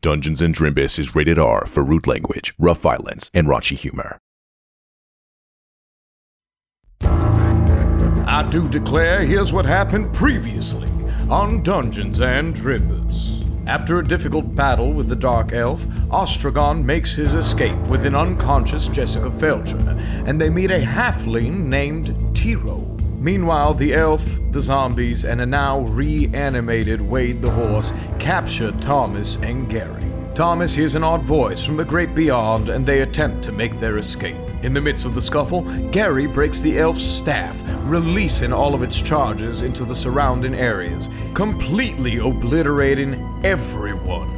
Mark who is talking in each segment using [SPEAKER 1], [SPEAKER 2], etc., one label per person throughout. [SPEAKER 1] Dungeons and Drimbus is rated R for rude language, rough violence, and raunchy humor.
[SPEAKER 2] I do declare, here's what happened previously on Dungeons and Drimbus. After a difficult battle with the Dark Elf, Ostrogon makes his escape with an unconscious Jessica Felcher, and they meet a halfling named Tiro. Meanwhile, the elf, the zombies, and a now reanimated Wade the Horse capture Thomas and Gary. Thomas hears an odd voice from the great beyond, and they attempt to make their escape. In the midst of the scuffle, Gary breaks the elf's staff, releasing all of its charges into the surrounding areas, completely obliterating everyone,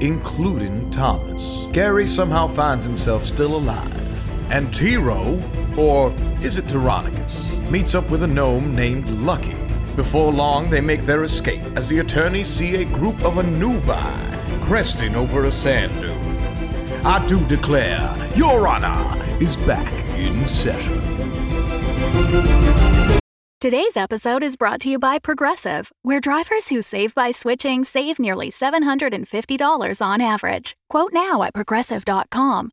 [SPEAKER 2] including Thomas. Gary somehow finds himself still alive, and Tiro, or is it Tyrannicus, meets up with a gnome named Lucky. Before long, they make their escape as the attorneys see a group of Anubi cresting over a sand dune. I do declare, Your Honor is back in session.
[SPEAKER 3] Today's episode is brought to you by Progressive, where drivers who save by switching save nearly $750 on average. Quote now at progressive.com.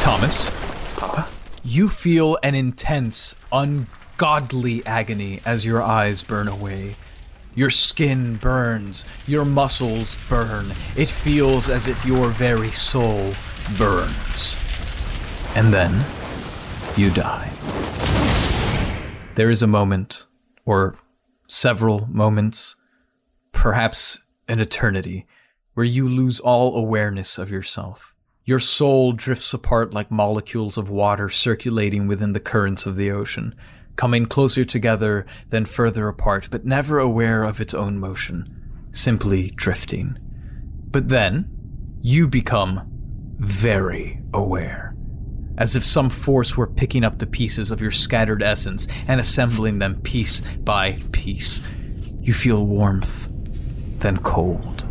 [SPEAKER 4] Thomas, you feel an intense, ungodly agony as your eyes burn away. Your skin burns, your muscles burn. It feels as if your very soul burns. And then you die. There is a moment, or several moments, perhaps an eternity, where you lose all awareness of yourself. Your soul drifts apart like molecules of water circulating within the currents of the ocean, coming closer together, then further apart, but never aware of its own motion, simply drifting. But then, you become very aware, as if some force were picking up the pieces of your scattered essence and assembling them piece by piece. You feel warmth, then cold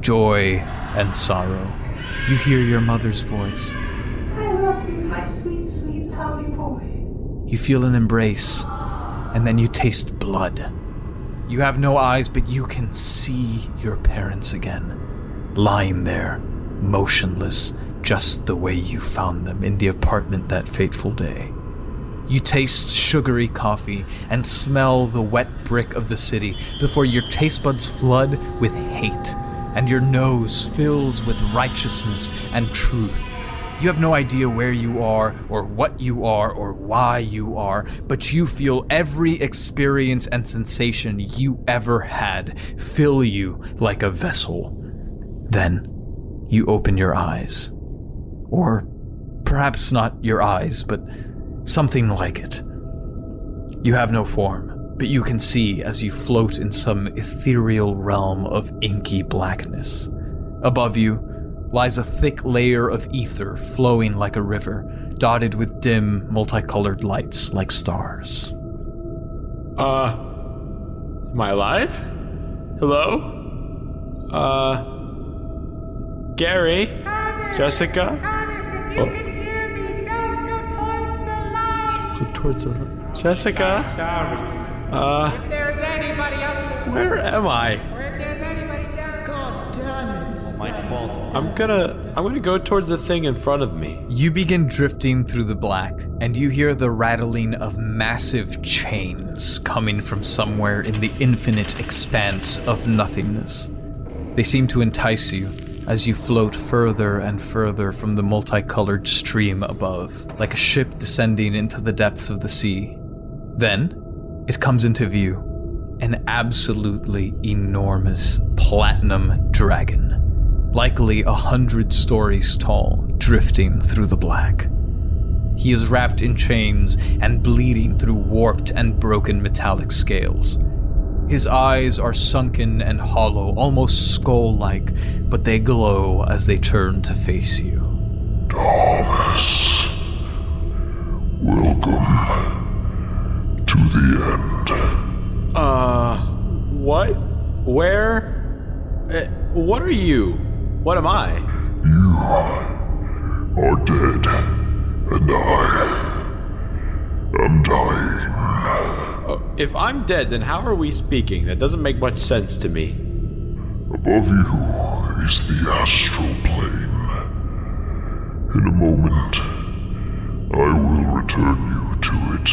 [SPEAKER 4] joy and sorrow. You hear your mother's voice.
[SPEAKER 5] I love you, my sweet, sweet Tommy boy.
[SPEAKER 4] You feel an embrace, and then you taste blood. You have no eyes, but you can see your parents again, lying there, motionless, just the way you found them in the apartment that fateful day. You taste sugary coffee and smell the wet brick of the city before your taste buds flood with hate and your nose fills with righteousness and truth. You have no idea where you are or what you are or why you are, but you feel every experience and sensation you ever had fill you like a vessel. Then you open your eyes. Or perhaps not your eyes, but something like it. You have no form, but you can see as you float in some ethereal realm of inky blackness. Above you lies a thick layer of ether flowing like a river, dotted with dim, multicolored lights like stars.
[SPEAKER 6] Uh, am I alive? Hello? Uh, Gary? Jessica?
[SPEAKER 5] Thomas, if you
[SPEAKER 6] Oh.
[SPEAKER 5] can hear me, don't go towards the light.
[SPEAKER 6] Go towards the Jessica? Uh,
[SPEAKER 5] If there's anybody up there,
[SPEAKER 6] where am I?
[SPEAKER 5] or if there's anybody down God damn it.
[SPEAKER 6] I'm gonna, I'm gonna go towards the thing in front of me.
[SPEAKER 4] You begin drifting through the black, and you hear the rattling of massive chains coming from somewhere in the infinite expanse of nothingness. They seem to entice you as you float further and further from the multicolored stream above, like a ship descending into the depths of the sea. Then, it comes into view an absolutely enormous platinum dragon likely a hundred stories tall, drifting through the black. He is wrapped in chains and bleeding through warped and broken metallic scales. His eyes are sunken and hollow, almost skull like, but they glow as they turn to face you.
[SPEAKER 7] Thomas. Welcome to the end.
[SPEAKER 6] Uh, what? Where? Uh, what are you? What am I?
[SPEAKER 7] You are dead, and I am dying.
[SPEAKER 6] Uh, If I'm dead, then how are we speaking? That doesn't make much sense to me.
[SPEAKER 7] Above you is the astral plane. In a moment, I will return you to it,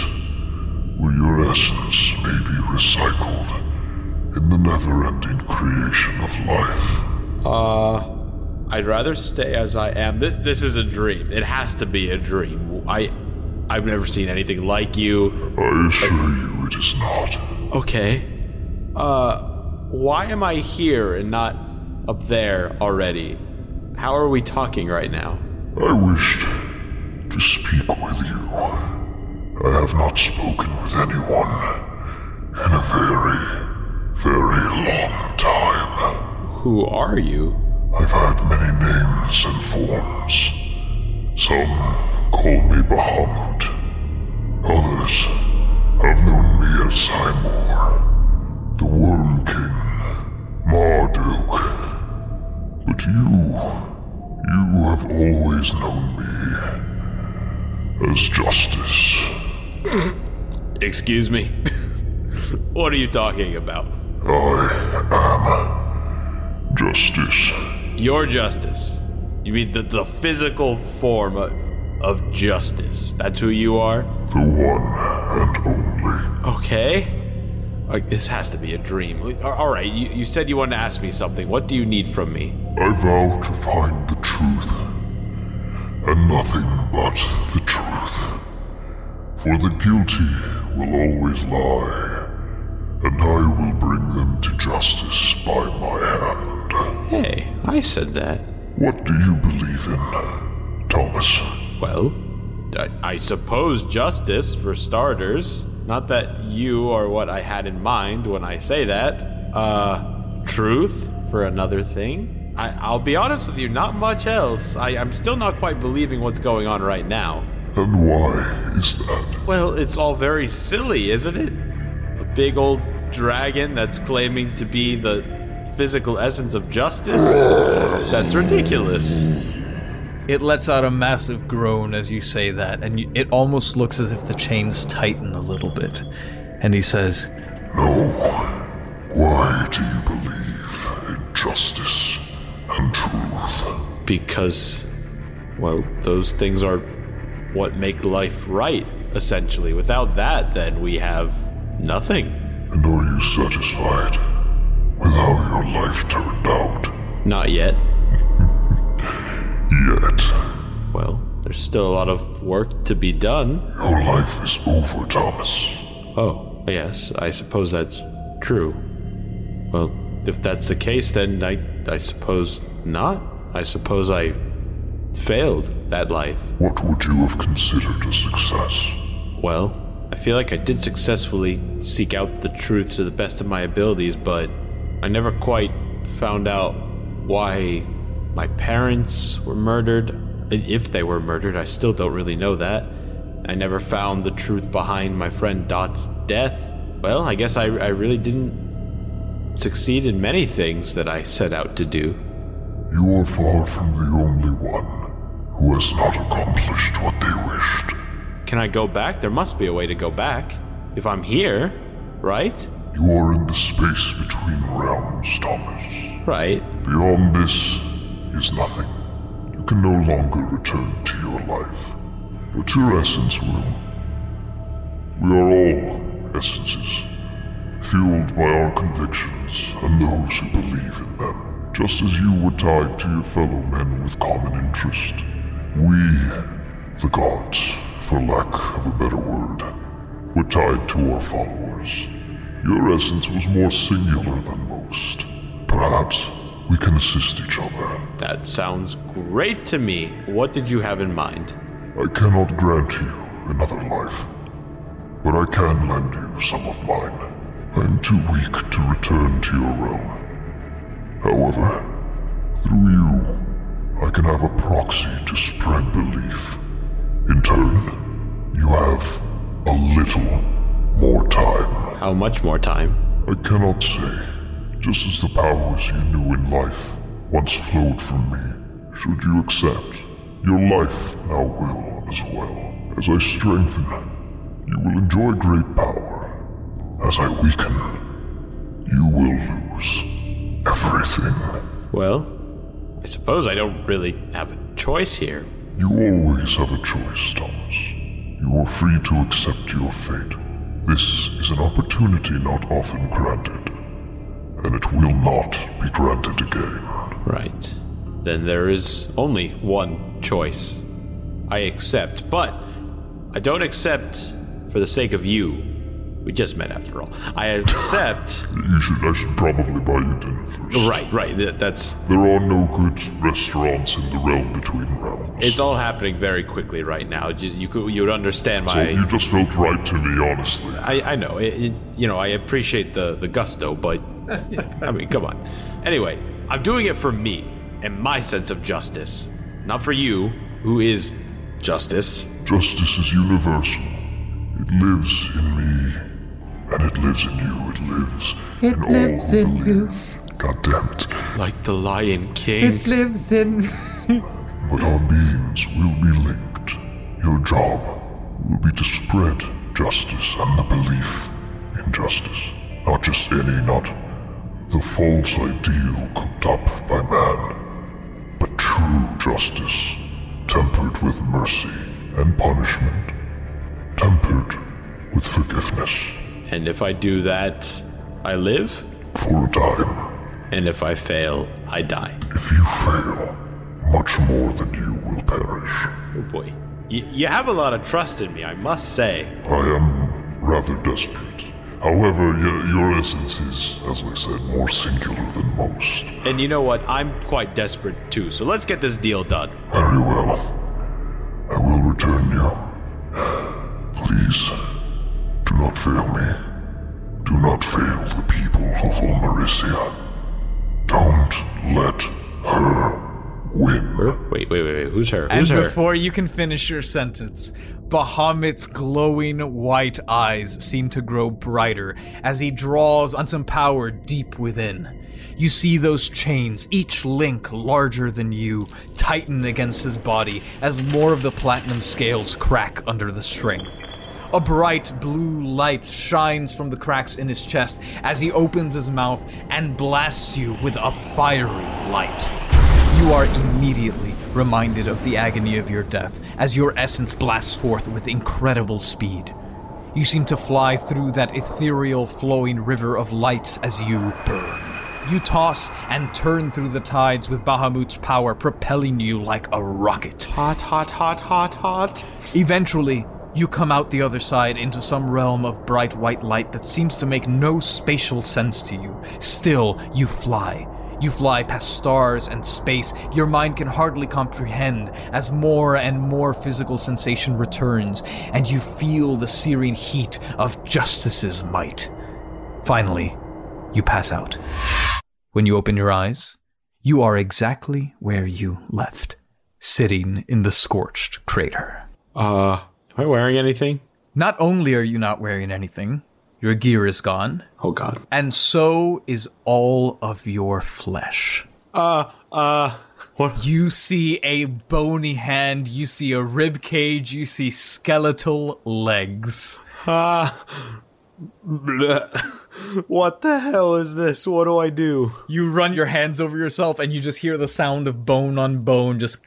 [SPEAKER 7] where your essence may be recycled in the never ending creation of life.
[SPEAKER 6] Uh, I'd rather stay as I am. Th- this is a dream. It has to be a dream. I, I've never seen anything like you.
[SPEAKER 7] I assure you it is not.
[SPEAKER 6] Okay. Uh, why am I here and not up there already? How are we talking right now?
[SPEAKER 7] I wished to speak with you. I have not spoken with anyone in a very, very long time.
[SPEAKER 6] Who are you?
[SPEAKER 7] I've had many names and forms. Some call me Bahamut. Others have known me as Seymour, the Worm King, Marduk. But you, you have always known me as Justice.
[SPEAKER 6] Excuse me. what are you talking about?
[SPEAKER 7] I am Justice.
[SPEAKER 6] Your justice. You mean the, the physical form of, of justice. That's who you are?
[SPEAKER 7] The one and only.
[SPEAKER 6] Okay. Like, this has to be a dream. A- All right, you, you said you wanted to ask me something. What do you need from me?
[SPEAKER 7] I vow to find the truth, and nothing but the truth. For the guilty will always lie, and I will bring them to justice by my hand.
[SPEAKER 6] Hey, I said that.
[SPEAKER 7] What do you believe in, Thomas?
[SPEAKER 6] Well, I, I suppose justice, for starters. Not that you are what I had in mind when I say that. Uh, truth, for another thing. I, I'll be honest with you, not much else. I, I'm still not quite believing what's going on right now.
[SPEAKER 7] And why is that?
[SPEAKER 6] Well, it's all very silly, isn't it? A big old dragon that's claiming to be the physical essence of justice? That's ridiculous.
[SPEAKER 4] It lets out a massive groan as you say that, and you, it almost looks as if the chains tighten a little bit. And he says,
[SPEAKER 7] No. Why do you believe in justice and truth?
[SPEAKER 6] Because, well, those things are what make life right, essentially. Without that, then we have nothing.
[SPEAKER 7] And are you satisfied with how your life turned out?
[SPEAKER 6] Not yet.
[SPEAKER 7] Yet,
[SPEAKER 6] Well, there's still a lot of work to be done.
[SPEAKER 7] your life is over, Thomas.
[SPEAKER 6] Oh, yes, I suppose that's true. Well, if that's the case, then I, I suppose not. I suppose I failed that life.
[SPEAKER 7] What would you have considered a success?
[SPEAKER 6] Well, I feel like I did successfully seek out the truth to the best of my abilities, but I never quite found out why my parents were murdered. I- If they were murdered, I still don't really know that. I never found the truth behind my friend Dot's death. Well, I guess I, I really didn't succeed in many things that I set out to do.
[SPEAKER 7] You are far from the only one who has not accomplished what they wished.
[SPEAKER 6] Can I go back? There must be a way to go back. If I'm here, right?
[SPEAKER 7] You are in the space between realms, Thomas.
[SPEAKER 6] Right.
[SPEAKER 7] Beyond this is nothing. You can no longer return to your life, but your essence will. We are all essences, fueled by our convictions and those who believe in them. Just as you were tied to your fellow men with common interest, we, the gods, for lack of a better word, were tied to our followers. Your essence was more singular than most. Perhaps we can assist each other.
[SPEAKER 6] That sounds great to me. What did you have in mind?
[SPEAKER 7] I cannot grant you another life, but I can lend you some of mine. I am too weak to return to your realm. However, through you, I can have a proxy to spread belief. In turn, you have a little more time.
[SPEAKER 6] How much more time?
[SPEAKER 7] I cannot say. Just as the powers you knew in life once flowed from me, should you accept, your life now will as well. As I strengthen, you will enjoy great power. As I weaken, you will lose everything.
[SPEAKER 6] Well, I suppose I don't really have a choice here.
[SPEAKER 7] You always have a choice, Thomas. You are free to accept your fate. This is an opportunity not often granted, and it will not be granted again.
[SPEAKER 6] Right. Then there is only one choice. I accept, but I don't accept for the sake of you. We just met after all. I accept.
[SPEAKER 7] You should, I should probably buy you dinner first.
[SPEAKER 6] right, right. th- That's.
[SPEAKER 7] There are no good restaurants in the realm between realms.
[SPEAKER 6] It's all happening very quickly right now. Just, you could, you would understand
[SPEAKER 7] so
[SPEAKER 6] my.
[SPEAKER 7] you just felt right to me, honestly.
[SPEAKER 6] I, I know. It, it, you know, I appreciate the, the gusto, but I mean, come on. Anyway, I'm doing it for me and my sense of justice, not for you, who is justice.
[SPEAKER 7] Justice is universal. It lives in me, and it lives in you. It lives
[SPEAKER 8] It
[SPEAKER 7] in
[SPEAKER 8] lives
[SPEAKER 7] all who
[SPEAKER 8] in you.
[SPEAKER 7] believe. God damn it.
[SPEAKER 6] Like the Lion King.
[SPEAKER 8] It lives in.
[SPEAKER 7] But our beings will be linked. Your job will be to spread justice and the belief in justice. Not just any, not the false ideal cooked up by man, but true justice, tempered with mercy and punishment, tempered with forgiveness.
[SPEAKER 6] And if I do that, I live.
[SPEAKER 7] For a time,
[SPEAKER 6] And if I fail, I die.
[SPEAKER 7] if you fail, much more than you will perish.
[SPEAKER 6] Oh boy. Y- you have a lot of trust in me, I must say.
[SPEAKER 7] I am rather desperate. However, y- your essence is, as I said, more singular than most.
[SPEAKER 6] And you know what? I'm quite desperate too, so let's get this deal done.
[SPEAKER 7] Very well. I will return you. Please, do not fail me. Do not fail the people of Ulmarisia. Don't let her win.
[SPEAKER 6] Wait, wait, wait, wait. Who's her?
[SPEAKER 4] And
[SPEAKER 6] Who's her?
[SPEAKER 4] before you can finish your sentence, Bahamut's glowing white eyes seem to grow brighter as he draws on some power deep within. You see those chains, each link larger than you, tighten against his body as more of the platinum scales crack under the strength. A bright blue light shines from the cracks in his chest as he opens his mouth and blasts you with a fiery light. You are immediately reminded of the agony of your death as your essence blasts forth with incredible speed. You seem to fly through that ethereal flowing river of lights as you burn. You toss and turn through the tides with Bahamut's power propelling you like a rocket.
[SPEAKER 6] Hot, hot, hot, hot, hot.
[SPEAKER 4] Eventually, you come out the other side into some realm of bright white light that seems to make no spatial sense to you. Still, you fly. You fly past stars and space your mind can hardly comprehend as more and more physical sensation returns, and you feel the searing heat of justice's might. Finally, you pass out. When you open your eyes, you are exactly where you left, sitting in the scorched crater.
[SPEAKER 6] Uh, am I wearing anything?
[SPEAKER 4] Not only are you not wearing anything, your gear is gone,
[SPEAKER 6] Oh God.
[SPEAKER 4] and so is all of your flesh.
[SPEAKER 6] Uh, uh, what?
[SPEAKER 4] You see a bony hand, you see a rib cage, you see skeletal legs.
[SPEAKER 6] Uh, bleh. what the hell is this? What do I do?
[SPEAKER 4] You run your hands over yourself and you just hear the sound of bone on bone just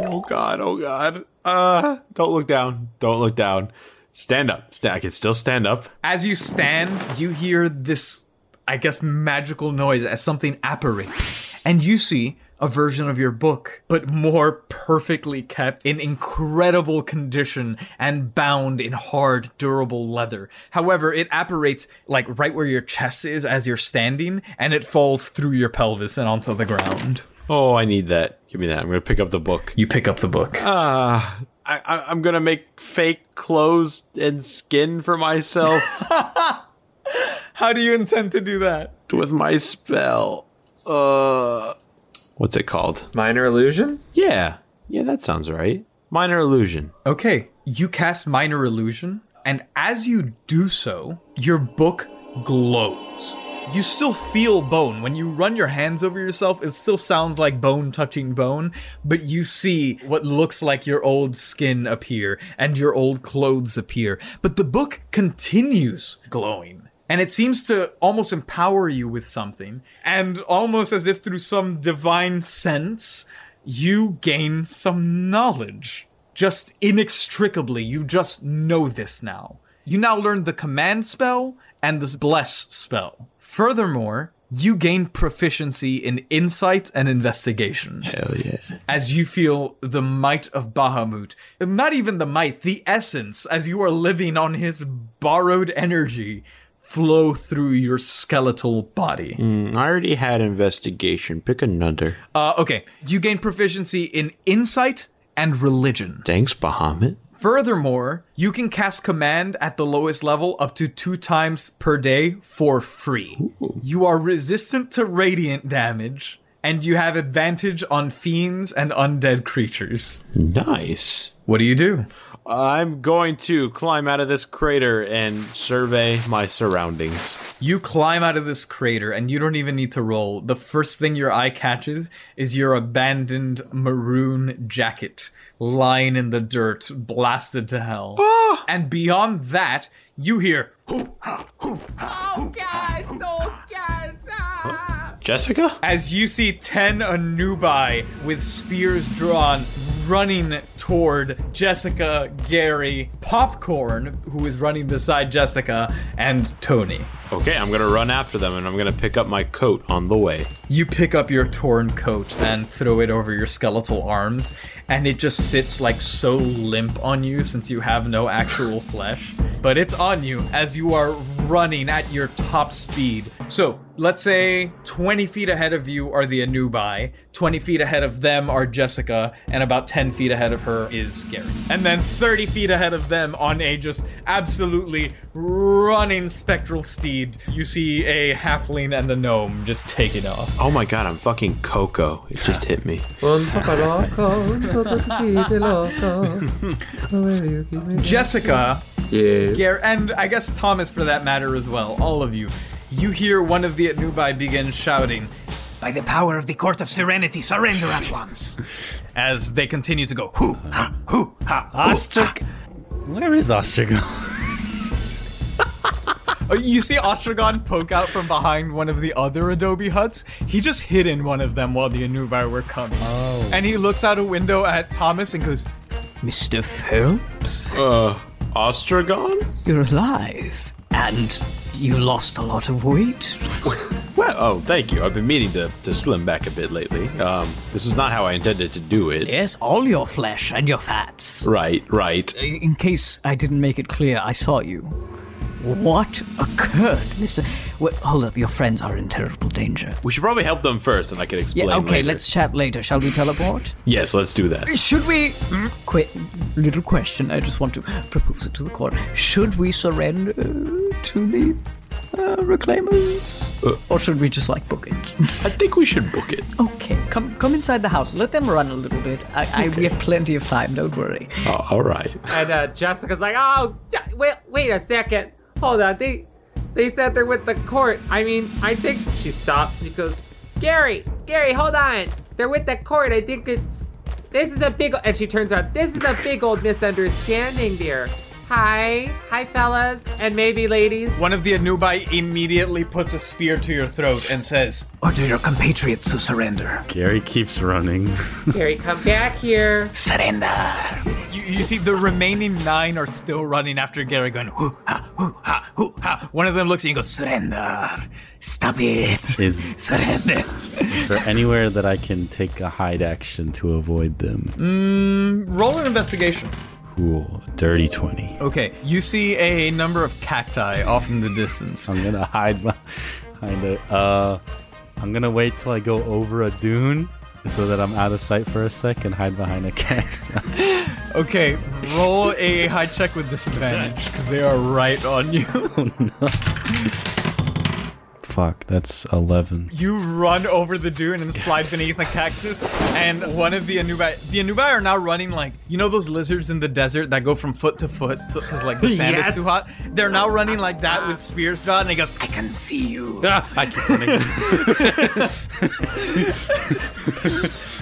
[SPEAKER 6] Oh God! Oh God! Uh, don't look down! Don't look down! Stand up! Sta- I can still stand up.
[SPEAKER 4] As you stand, you hear this, I guess, magical noise as something apparates. And you see a version of your book, but more perfectly kept in incredible condition and bound in hard, durable leather. However, it apparates like right where your chest is as you're standing, and it falls through your pelvis and onto the ground.
[SPEAKER 6] Oh, I need that. Give me that. I'm gonna pick up the book.
[SPEAKER 4] You pick up the book.
[SPEAKER 6] Ah, I, I, I'm gonna make fake clothes and skin for myself
[SPEAKER 4] How do you intend to do that?
[SPEAKER 6] with my spell. Uh, what's it called?
[SPEAKER 8] Minor illusion?
[SPEAKER 6] Yeah, yeah, that sounds right. Minor illusion.
[SPEAKER 4] Okay, you cast Minor Illusion, and as you do so, your book glows. You still feel bone. When you run your hands over yourself, it still sounds like bone touching bone, but you see what looks like your old skin appear and your old clothes appear. But the book continues glowing. And it seems to almost empower you with something. And almost as if through some divine sense, you gain some knowledge. Just inextricably, you just know this now. You now learn the command spell and the bless spell. Furthermore, you gain proficiency in insight and investigation
[SPEAKER 6] Hell yeah.
[SPEAKER 4] as you feel the might of Bahamut. Not even the might, the essence, as you are living on his borrowed energy, flow through your skeletal body.
[SPEAKER 6] Mm, I already had investigation. Pick another.
[SPEAKER 4] Uh, okay, you gain proficiency in insight and religion.
[SPEAKER 6] Thanks, Bahamut.
[SPEAKER 4] Furthermore, you can cast command at the lowest level up to two times per day for free. You are resistant to radiant damage, and you have advantage on fiends and undead creatures.
[SPEAKER 6] Nice.
[SPEAKER 4] What do you do?
[SPEAKER 6] I'm going to climb out of this crater and survey my surroundings.
[SPEAKER 4] You climb out of this crater and you don't even need to roll. The first thing your eye catches is your abandoned maroon jacket lying in the dirt, blasted to hell.
[SPEAKER 6] Ah!
[SPEAKER 4] And beyond that, you hear Oh,
[SPEAKER 6] Jessica?
[SPEAKER 4] as you see 10 Anubai with spears drawn running toward Jessica, Gary, Popcorn, who is running beside Jessica, and Tony.
[SPEAKER 6] Okay, I'm gonna run after them and I'm gonna pick up my coat on the way.
[SPEAKER 4] You pick up your torn coat and throw it over your skeletal arms, and it just sits like so limp on you since you have no actual flesh. But it's on you as you are running at your top speed. So let's say 20 feet ahead of you are the Anubai, 20 feet ahead of them are Jessica, and about 10 feet ahead of her is Gary. And then 30 feet ahead of them on a just absolutely running spectral steed, you see a halfling and the gnome just taking off.
[SPEAKER 6] Oh my god, I'm fucking Coco. It just hit me.
[SPEAKER 8] Un poco loco, un poco tequila loco. Will you give me-
[SPEAKER 4] Jessica,
[SPEAKER 8] Yes.
[SPEAKER 4] Gare, and I guess Thomas for that matter as well, all of you, you hear one of the Atnubai begin shouting, By the power of the Court of Serenity, surrender at once! As they continue to go, hoo, ha, hoo, ha, hoo, ha.
[SPEAKER 9] Where is Ostrigon?
[SPEAKER 4] Oh, You see Ostragon poke out from behind one of the other adobe huts. He just hid in one of them while the Anubai were coming. Oh. And he looks out a window at Thomas and goes,
[SPEAKER 9] Mr. Phelps,
[SPEAKER 6] Uh, Ostragon?
[SPEAKER 9] you're alive. And you lost a lot of weight.
[SPEAKER 6] Well, oh, thank you. I've been meaning to, to slim back a bit lately. Um, this is not how I intended to do it.
[SPEAKER 9] Yes, all your flesh and your fats.
[SPEAKER 6] Right, right.
[SPEAKER 9] In in case I didn't make it clear, I saw you. What occurred, Mr. Wait, hold up, your friends are in terrible danger.
[SPEAKER 6] We should probably help them first, and I can explain.
[SPEAKER 9] Yeah, okay,
[SPEAKER 6] later.
[SPEAKER 9] let's chat later. Shall we teleport?
[SPEAKER 6] Yes, let's do that.
[SPEAKER 9] Should we? Mm, Quick little question. I just want to propose it to the court. Should we surrender to the uh, reclaimers, or should we just like book it?
[SPEAKER 6] Uh, I think we should book it.
[SPEAKER 9] okay, come come inside the house. Let them run a little bit. I, I we have plenty of time. Don't worry.
[SPEAKER 6] Oh, all right.
[SPEAKER 8] And uh, Jessica's like, oh, yeah, wait, wait a second. Hold on. They, they said they're with the court. I mean, I think she stops and goes, Gary, Gary, hold on. They're with the court. I think it's this is a big. And she turns around. This is a big old misunderstanding, dear. Hi, hi, fellas, and maybe ladies.
[SPEAKER 4] One of the Anubai immediately puts a spear to your throat and says,
[SPEAKER 9] Order your compatriots to surrender. Okay.
[SPEAKER 8] Gary, come back here.
[SPEAKER 9] Surrender.
[SPEAKER 4] you, you see the remaining nine are still running after Gary, going hoo ha hoo ha hoo ha. One of them looks at you and goes, "Surrender! Stop it!
[SPEAKER 10] Is-
[SPEAKER 4] Surrender!"
[SPEAKER 10] Is there anywhere that I can take a hide action to avoid them?
[SPEAKER 4] Mm, roll an investigation.
[SPEAKER 10] Cool. Dirty 20.
[SPEAKER 4] Okay, you see a number of cacti off in the distance.
[SPEAKER 10] I'm gonna hide behind it. Uh, I'm gonna wait till I go over a dune so that I'm out of sight for a sec and hide behind a cactus.
[SPEAKER 4] Okay, roll a high check with disadvantage because they are right on you.
[SPEAKER 10] Oh, Fuck, that's 11.
[SPEAKER 4] You run over the dune and slide beneath a cactus, and one of the Anubai. The Anubai are now running like you know those lizards in the desert that go from foot to foot because like the sand is too
[SPEAKER 10] Yes.
[SPEAKER 4] hot. They're now running like that with spears drawn, and he goes, "I can see you."
[SPEAKER 10] I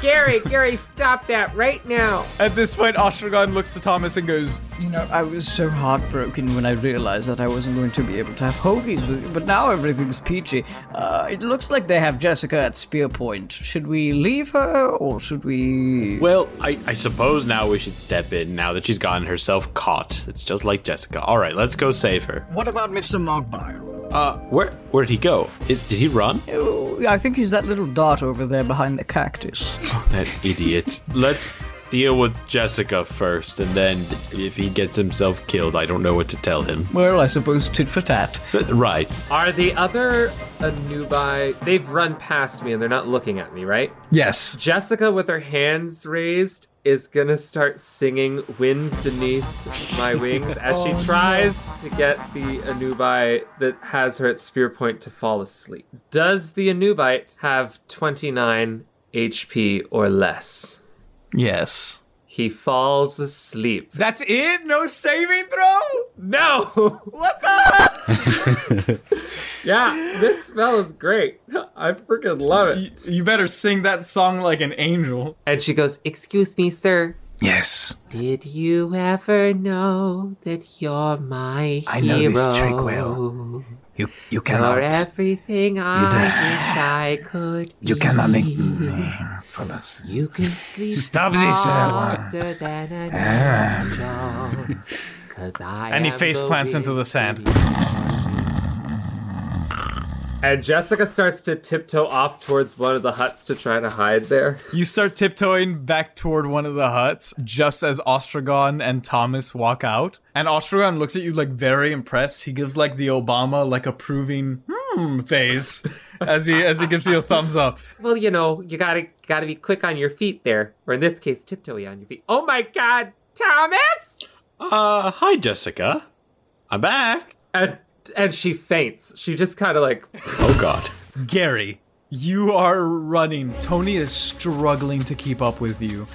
[SPEAKER 8] Gary, Gary, stop that right now.
[SPEAKER 4] At this point, Ostrogon looks to Thomas and goes,
[SPEAKER 9] You know, I was so heartbroken when I realized that I wasn't going to be able to have hoagies with you, but now everything's peachy. Uh, it looks like they have Jessica at Spear Point. Should we leave her, or should we.
[SPEAKER 6] Well, I, I suppose now we should step in now that she's gotten herself caught. It's just like Jessica. All right, let's go save her.
[SPEAKER 9] What about Mr. Mogmire?
[SPEAKER 6] Uh, where where did he go? It, did he run?
[SPEAKER 9] Oh, I think he's that little dot over there behind the cactus.
[SPEAKER 6] Oh, that idiot. let's deal with Jessica first, and then if he gets himself killed, I don't know what to tell him.
[SPEAKER 9] Well, I suppose tit for tat.
[SPEAKER 6] right.
[SPEAKER 8] Are the other Anubi? They've run past me and they're not looking at me, right?
[SPEAKER 4] Yes.
[SPEAKER 8] Jessica, with her hands raised, is gonna start singing "Wind Beneath My Wings" as she
[SPEAKER 11] Oh,
[SPEAKER 8] tries to get the Anubi that has her at spear point to fall asleep. Does the Anubite have 29 HP or less?
[SPEAKER 4] Yes.
[SPEAKER 8] He falls asleep.
[SPEAKER 4] "That's it? No saving throw?
[SPEAKER 8] No!
[SPEAKER 4] What the?"
[SPEAKER 8] yeah, this spell is great. I freaking love
[SPEAKER 4] it. You, better sing that song like an angel.
[SPEAKER 8] And she goes, "Excuse me, sir."
[SPEAKER 4] Yes.
[SPEAKER 8] Did you ever know that you're my hero?
[SPEAKER 11] I know this trick well.
[SPEAKER 4] You you
[SPEAKER 8] You're
[SPEAKER 11] cannot.
[SPEAKER 8] everything I wish I could.
[SPEAKER 11] You cannot make
[SPEAKER 8] be.
[SPEAKER 11] fellas.
[SPEAKER 8] You can sleep
[SPEAKER 11] Stop this.
[SPEAKER 8] softer
[SPEAKER 11] Uh,
[SPEAKER 8] than an
[SPEAKER 11] Ah.
[SPEAKER 8] angel, 'cause I
[SPEAKER 4] and he
[SPEAKER 8] am
[SPEAKER 4] face
[SPEAKER 8] the
[SPEAKER 4] plants into the sand.
[SPEAKER 8] And Jessica starts to tiptoe off towards one of the huts to try to hide there.
[SPEAKER 4] You start tiptoeing back toward one of the huts just as Ostrogon and Thomas walk out. And Ostrogon looks at you like very impressed. He gives like the Obama like approving hmm face as he as he gives you a thumbs up.
[SPEAKER 8] Well, you know, you gotta gotta be quick on your feet there, or in this case, tiptoey on your feet. Oh my God, Thomas!
[SPEAKER 6] Uh, hi, Jessica. I'm back.
[SPEAKER 8] And and she faints. She just kind of like,
[SPEAKER 6] oh God.
[SPEAKER 4] Gary, you are running. Tony is struggling to keep up with you.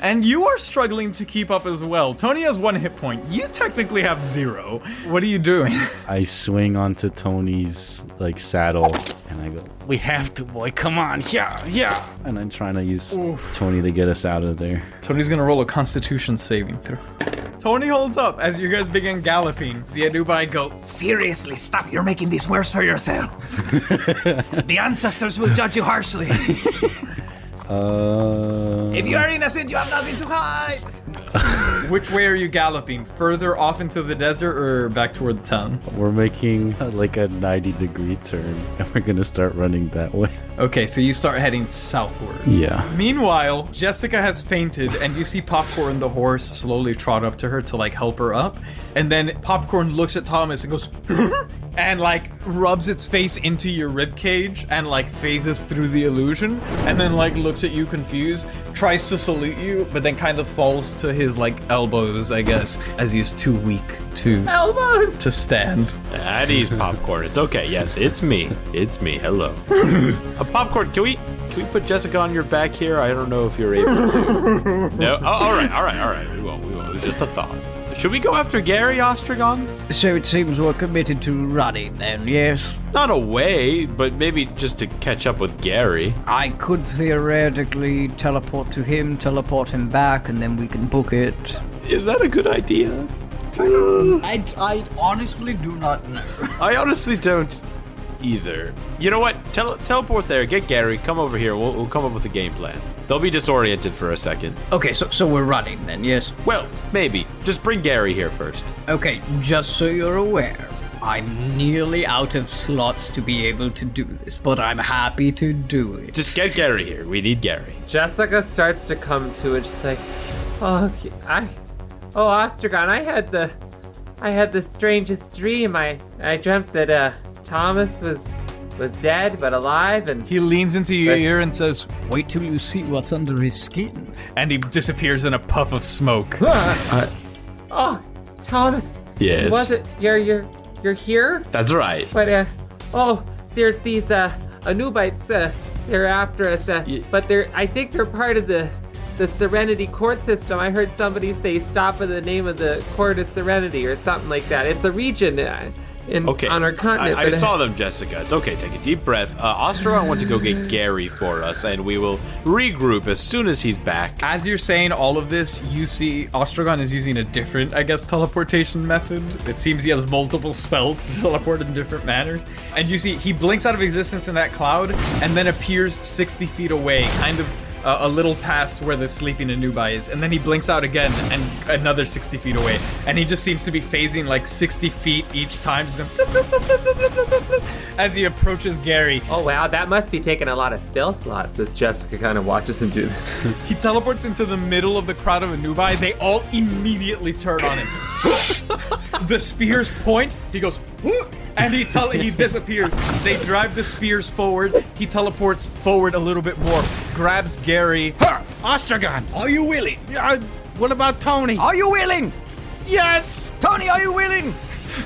[SPEAKER 4] And you are struggling to keep up as well. Tony has one hit point. You technically have zero. What are you doing?
[SPEAKER 10] I swing onto Tony's like saddle and I go, We have to, boy. Come on. Yeah, yeah. and I'm trying to use
[SPEAKER 4] Oof.
[SPEAKER 10] Tony to get us out of there.
[SPEAKER 4] Tony's gonna roll a Constitution saving throw. Tony holds up as you guys begin galloping. The Anubai go,
[SPEAKER 11] Seriously, stop. You're making this worse for yourself. the ancestors will judge you harshly.
[SPEAKER 10] Uh,
[SPEAKER 11] If you are innocent, you have nothing to hide.
[SPEAKER 4] Which way are you galloping? Further off into the desert or back toward the town?
[SPEAKER 10] We're making uh, like a 90 degree turn and we're gonna start running that way.
[SPEAKER 4] Okay, so you start heading southward.
[SPEAKER 10] Yeah.
[SPEAKER 4] Meanwhile, Jessica has fainted, and you see Popcorn the horse slowly trot up to her to like help her up. And then Popcorn looks at Thomas and goes, and like rubs its face into your ribcage and like phases through the illusion. And then like looks at you confused, tries to salute you, but then kind of falls to his like elbows, I guess, as he's too weak to
[SPEAKER 8] elbows
[SPEAKER 4] to stand.
[SPEAKER 6] At ease, popcorn. It's okay. Yes, it's me. It's me. Hello. A Uh, popcorn. Can we can we put Jessica on your back here? I don't know if you're able to. No. Oh, all right. All right. All right. We won't. We won't. It was just a thought. Should we go after Gary Uh, Ostrogon?
[SPEAKER 9] So it seems we're committed to running then, yes?
[SPEAKER 6] Not away, but maybe just to catch up with Gary.
[SPEAKER 9] I could theoretically teleport to him, teleport him back, and then we can book it.
[SPEAKER 6] Is that a good idea?
[SPEAKER 9] I, I honestly do not know.
[SPEAKER 6] I honestly don't either. You know what? Tele- teleport there. Get Gary. Come over here. We'll, we'll come up with a game plan. They'll be disoriented for a second.
[SPEAKER 9] Okay, so so we're running then, yes.
[SPEAKER 6] Well, maybe. Just bring Gary here first.
[SPEAKER 9] Okay, just so you're aware, I'm nearly out of slots to be able to do this, but I'm happy to do it.
[SPEAKER 6] Just get Gary here. We need Gary.
[SPEAKER 8] Jessica starts to come to and she's like, "Oh, okay, I, oh, Ostragon, I had the, I had the strangest dream. I, I dreamt that uh, Thomas was, was dead but alive, and
[SPEAKER 4] He leans into your
[SPEAKER 8] Right.
[SPEAKER 4] ear and says, Wait till you see what's under his skin. And he disappears in a puff of smoke. I,
[SPEAKER 8] oh, Thomas,
[SPEAKER 4] Yes.
[SPEAKER 8] was it? You're, you're, you're here.
[SPEAKER 6] That's right.
[SPEAKER 8] But uh, oh, there's these uh, Anubites. Uh, they're after us. Uh, But they're, I think they're part of the, the Serenity Court system. I heard somebody say, "Stop in the name of the Court of Serenity" or something like that. It's a region. Uh, in,
[SPEAKER 6] okay.
[SPEAKER 8] on our continent.
[SPEAKER 6] I, I
[SPEAKER 8] but, uh,
[SPEAKER 6] saw them, Jessica. It's okay. Take a deep breath. Uh, Osteron went to go get Gary for us, and we will regroup as soon as he's back.
[SPEAKER 4] As you're saying all of this, you see Ostrogon is using a different, I guess, teleportation method. It seems he has multiple spells to teleport in different manners. And you see he blinks out of existence in that cloud and then appears 60 feet away, kind of uh, a little past where the sleeping Anubi is. And then he blinks out again and another 60 feet away. And he just seems to be phasing like 60 feet each time. Just going, as he approaches Gary.
[SPEAKER 8] Oh wow, that must be taking a lot of spell slots as Jessica kind of watches him do this.
[SPEAKER 4] He teleports into the middle of the crowd of Anubi. They all immediately turn on him. the spears point. He goes, "Whoop," and he tele- he disappears. They drive the spears forward. He teleports forward a little bit more. Grabs Gary. Ostragon, are you willing? what about Tony? Are you willing? Yes. Tony, are you willing?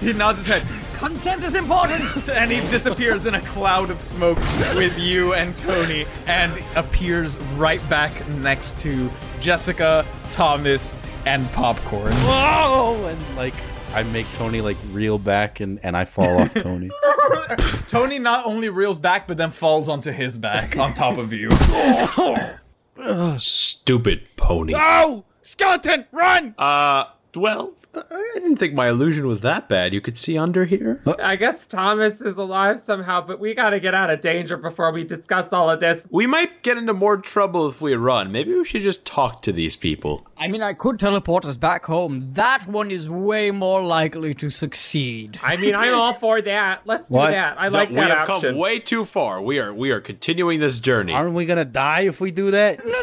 [SPEAKER 4] He nods his head. Consent is important. And he disappears in a cloud of smoke with you and Tony, and appears right back next to Jessica, Thomas, and Popcorn.
[SPEAKER 10] Whoa! And like, I make Tony like reel back and, and I fall off Tony.
[SPEAKER 4] Tony not only reels back, but then falls onto his back on top of you.
[SPEAKER 6] Stupid pony.
[SPEAKER 4] No! Skeleton, run!
[SPEAKER 6] Uh, well, I didn't think my illusion was that bad. You could see under here.
[SPEAKER 10] Uh,
[SPEAKER 8] I guess Thomas is alive somehow, but we gotta get out of danger before we discuss all of this.
[SPEAKER 6] We might get into more trouble if we run. Maybe we should just talk to these people.
[SPEAKER 9] I mean, I could teleport us back home. That one is way more likely to succeed.
[SPEAKER 8] I mean, I'm all for that. Let's do that. I
[SPEAKER 6] No,
[SPEAKER 8] like
[SPEAKER 6] we
[SPEAKER 8] that
[SPEAKER 6] have
[SPEAKER 8] option.
[SPEAKER 6] come way too far. We are we are continuing this journey.
[SPEAKER 10] Aren't we gonna die if we do that?
[SPEAKER 9] No,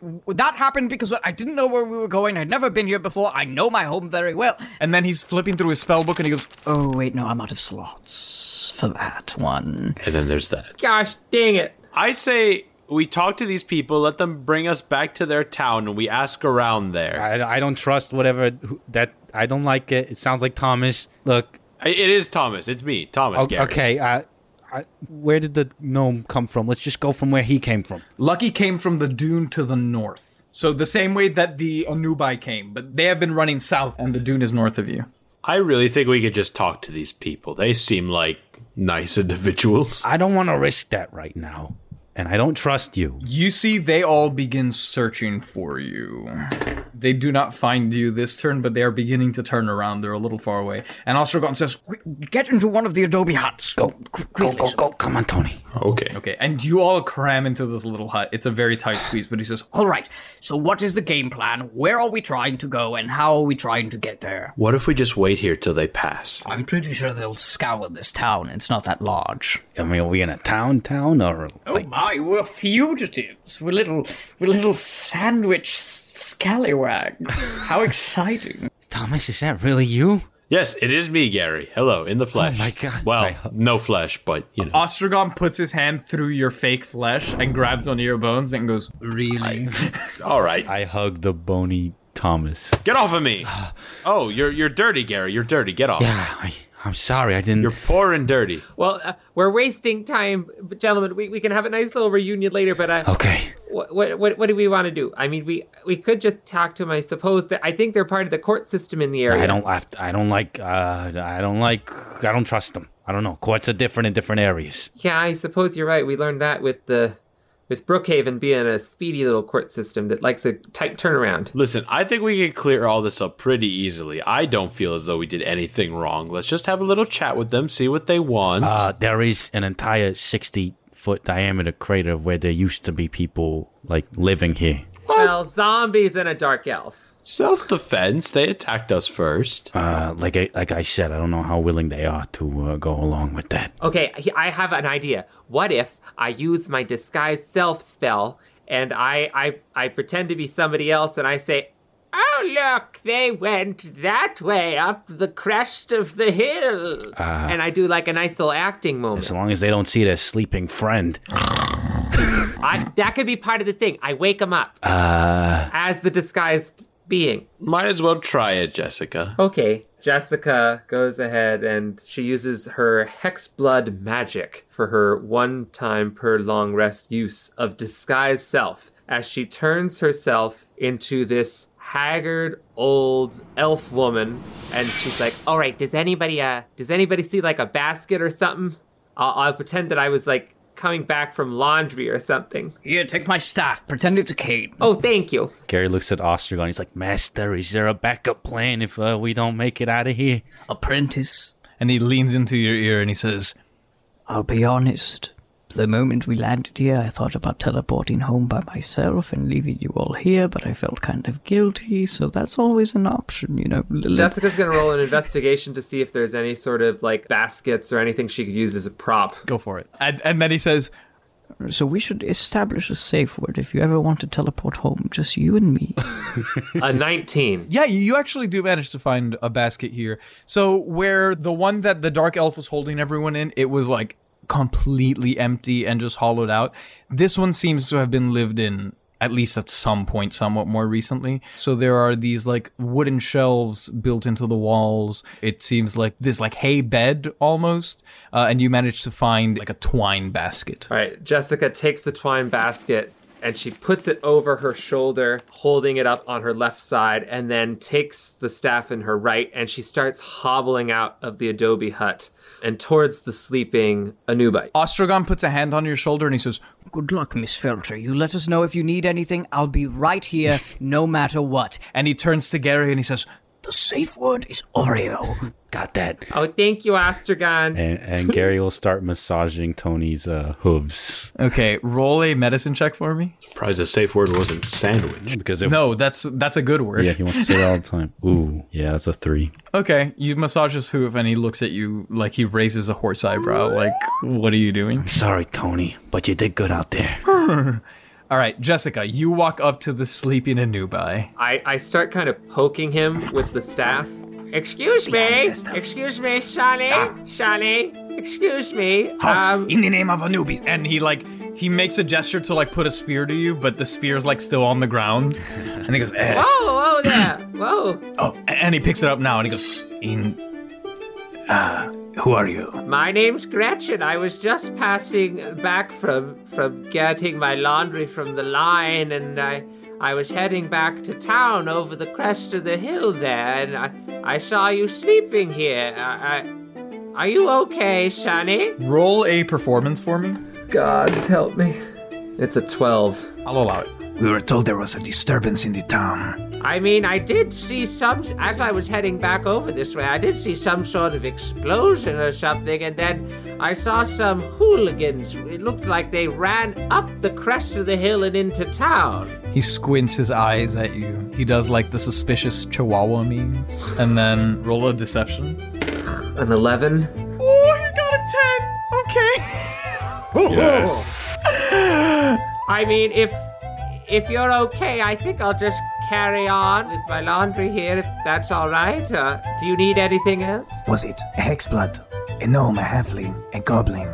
[SPEAKER 9] no, that happened because I didn't know where we were going. I'd never been here before. I know my home very well.
[SPEAKER 4] And then he's flipping through his spell book and he goes,
[SPEAKER 9] Oh, wait, no, I'm out of slots for that one.
[SPEAKER 6] And then there's that.
[SPEAKER 8] Gosh dang it.
[SPEAKER 6] I say we talk to these people, let them bring us back to their town, and we ask around there.
[SPEAKER 10] I, I don't trust whatever who- that. I don't like it. It sounds like Thomas. Look,
[SPEAKER 6] I- It is Thomas. It's me, Thomas.
[SPEAKER 10] o-
[SPEAKER 6] Gary.
[SPEAKER 10] okay. Uh, I, where did the gnome come from? Let's just go from where he came from.
[SPEAKER 4] Lucky came from the dune to the north. So the same way that the Onubai came, but they have been running south and the dune is north of you.
[SPEAKER 6] I really think we could just talk to these people. They seem like nice individuals.
[SPEAKER 10] I don't want to risk that right now, and I don't trust you.
[SPEAKER 4] You see, they all begin searching for you. They do not find you this turn, but they are beginning to turn around. They're a little far away. And Ostrogon says,
[SPEAKER 9] Get into one of the adobe huts. Go,
[SPEAKER 10] go, go, go. Come on, Tony.
[SPEAKER 6] Okay.
[SPEAKER 4] Okay. And you all cram into this little hut. It's a very tight squeeze, but he says,
[SPEAKER 9] All right, so what is the game plan? Where are we trying to go, and how are we trying to get there?
[SPEAKER 6] What if we just wait here till they pass?
[SPEAKER 9] I'm pretty sure they'll scour this town. It's not that large.
[SPEAKER 10] I mean, are we in a town, town, or
[SPEAKER 9] Oh my, we're fugitives. We're little, we're little sandwich s- scallywags. How exciting!
[SPEAKER 10] Thomas? Is that really you?
[SPEAKER 6] Yes, it is me, Gary. Hello, in the flesh.
[SPEAKER 10] Oh my God.
[SPEAKER 6] Well, no flesh, but you know.
[SPEAKER 4] Ostrogon puts his hand through your fake flesh and grabs onto your bones and goes, Really?
[SPEAKER 6] All right.
[SPEAKER 10] I hug the bony Thomas.
[SPEAKER 6] Get off of me! Oh, you're you're dirty, Gary. You're dirty. Get off.
[SPEAKER 10] Yeah, I, I'm sorry. I didn't.
[SPEAKER 6] Oh. You're poor and dirty.
[SPEAKER 8] Well, uh, we're wasting time, but gentlemen. We, we can have a nice little reunion later, but uh,
[SPEAKER 10] okay.
[SPEAKER 8] What, what what what do we want to do? I mean, we we could just talk to them. I suppose that I think they're part of the court system in the area.
[SPEAKER 10] I don't. I, I don't like. Uh, I don't like. I don't trust them. I don't know. Courts are different in different areas.
[SPEAKER 8] Yeah, I suppose you're right. We learned that with the with Brookhaven being a speedy little court system that likes a tight turnaround.
[SPEAKER 6] Listen, I think we could clear all this up pretty easily. I don't feel as though we did anything wrong. Let's just have a little chat with them, see what they want.
[SPEAKER 12] Uh, there is an entire 60 foot diameter crater where there used to be people like living here.
[SPEAKER 8] Well, zombies and a dark elf.
[SPEAKER 6] Self defense. They attacked us first.
[SPEAKER 12] Uh, like I, like I said, I don't know how willing they are to uh, go along with that.
[SPEAKER 8] Okay, he- I have an idea. What if I use my disguise self spell and I, I I pretend to be somebody else and I say, "Oh look, they went that way up the crest of the hill,"
[SPEAKER 12] Ah.
[SPEAKER 8] and I do like a nice little acting moment.
[SPEAKER 12] As long as they don't see their sleeping friend.
[SPEAKER 8] I, that could be part of the thing. I wake them up
[SPEAKER 12] Uh,
[SPEAKER 8] as the disguised being.
[SPEAKER 6] Might as well try it, Jessica.
[SPEAKER 8] Okay. Jessica goes ahead and she uses her hex blood magic for her one time per long rest use of disguise self as she turns herself into this haggard old elf woman and she's like, "All right, does anybody uh does anybody see like a basket or something? I'll, I'll pretend that I was like coming back from laundry or something."
[SPEAKER 9] Here, take my staff. Pretend it's a cane.
[SPEAKER 8] Oh, thank you.
[SPEAKER 12] Gary looks at Ostergon. He's like, Master, is there a backup plan if uh, we don't make it out of here?
[SPEAKER 9] Apprentice.
[SPEAKER 4] And he leans into your ear and he says,
[SPEAKER 9] I'll be honest. The moment we landed here, I thought about teleporting home by myself and leaving you all here, but I felt kind of guilty, so that's always an option, you know. Lilith.
[SPEAKER 8] Jessica's gonna roll an investigation to see if there's any sort of like baskets or anything she could use as a prop.
[SPEAKER 4] Go for it. And, and then he says,
[SPEAKER 9] So we should establish a safe word if you ever want to teleport home, just you and me.
[SPEAKER 8] a 19.
[SPEAKER 4] Yeah, you- you actually do manage to find a basket here. So, where the one that the dark elf was holding everyone in, it was like completely empty and just hollowed out. This one seems to have been lived in at least at some point somewhat more recently. So there are these like wooden shelves built into the walls. It seems like this like hay bed almost uh, and you manage to find like a twine basket.
[SPEAKER 8] All right, Jessica takes the twine basket and she puts it over her shoulder, holding it up on her left side, and then takes the staff in her right and she starts hobbling out of the adobe hut and towards the sleeping Anubite.
[SPEAKER 4] Ostrogon puts a hand on your shoulder and he says,
[SPEAKER 9] Good luck, Miss Felter. You let us know if you need anything. I'll be right here, no matter what.
[SPEAKER 4] And he turns to Gary and he says,
[SPEAKER 9] The safe word is Oreo.
[SPEAKER 12] Got that.
[SPEAKER 8] Oh, thank you, Astrogon.
[SPEAKER 12] And, and Gary will start massaging Tony's uh, hooves.
[SPEAKER 4] Okay, roll a medicine check for me.
[SPEAKER 6] Surprised the safe word wasn't sandwich.
[SPEAKER 12] Because it,
[SPEAKER 4] No, that's that's a good word.
[SPEAKER 12] Yeah, he wants to say that all the time. Ooh, yeah, that's a three.
[SPEAKER 4] Okay, you massage his hoof and he looks at you like he raises a horse eyebrow, like, what are you doing?
[SPEAKER 12] Sorry, Tony, but you did good out there.
[SPEAKER 4] All right, Jessica, you walk up to the sleeping Anubai.
[SPEAKER 8] I, I start kind of poking him with the staff. Excuse me. Excuse me, Shani. Shani. Excuse me.
[SPEAKER 11] Halt!
[SPEAKER 8] Um,
[SPEAKER 11] in the name of Anubis.
[SPEAKER 4] And he, like, he makes a gesture to, like, put a spear to you, but the spear's, like, still on the ground. And he goes,
[SPEAKER 8] whoa,
[SPEAKER 4] eh.
[SPEAKER 8] whoa there. whoa.
[SPEAKER 4] Oh, and he picks it up now and he goes, in. Ah, who are you?
[SPEAKER 8] My name's Gretchen. I was just passing back from from getting my laundry from the line, and I I was heading back to town over the crest of the hill there, and I I saw you sleeping here. I, I, are you okay, Sonny?
[SPEAKER 4] Roll a performance for me.
[SPEAKER 8] Gods help me. It's a twelve.
[SPEAKER 4] I'll allow it.
[SPEAKER 11] We were told there was a disturbance in the town.
[SPEAKER 8] I mean, I did see some, as I was heading back over this way, I did see some sort of explosion or something, and then I saw some hooligans. It looked like they ran up the crest of the hill and into town.
[SPEAKER 4] He squints his eyes at you. He does, like, the suspicious chihuahua meme. And then roll a deception.
[SPEAKER 8] An 11?
[SPEAKER 4] Oh, you got a 10. Okay.
[SPEAKER 8] I mean, if if you're okay, I think I'll just carry on with my laundry here, if that's all right. Uh, do you need anything else?
[SPEAKER 11] Was it a hexblood, a gnome, a halfling, a goblin,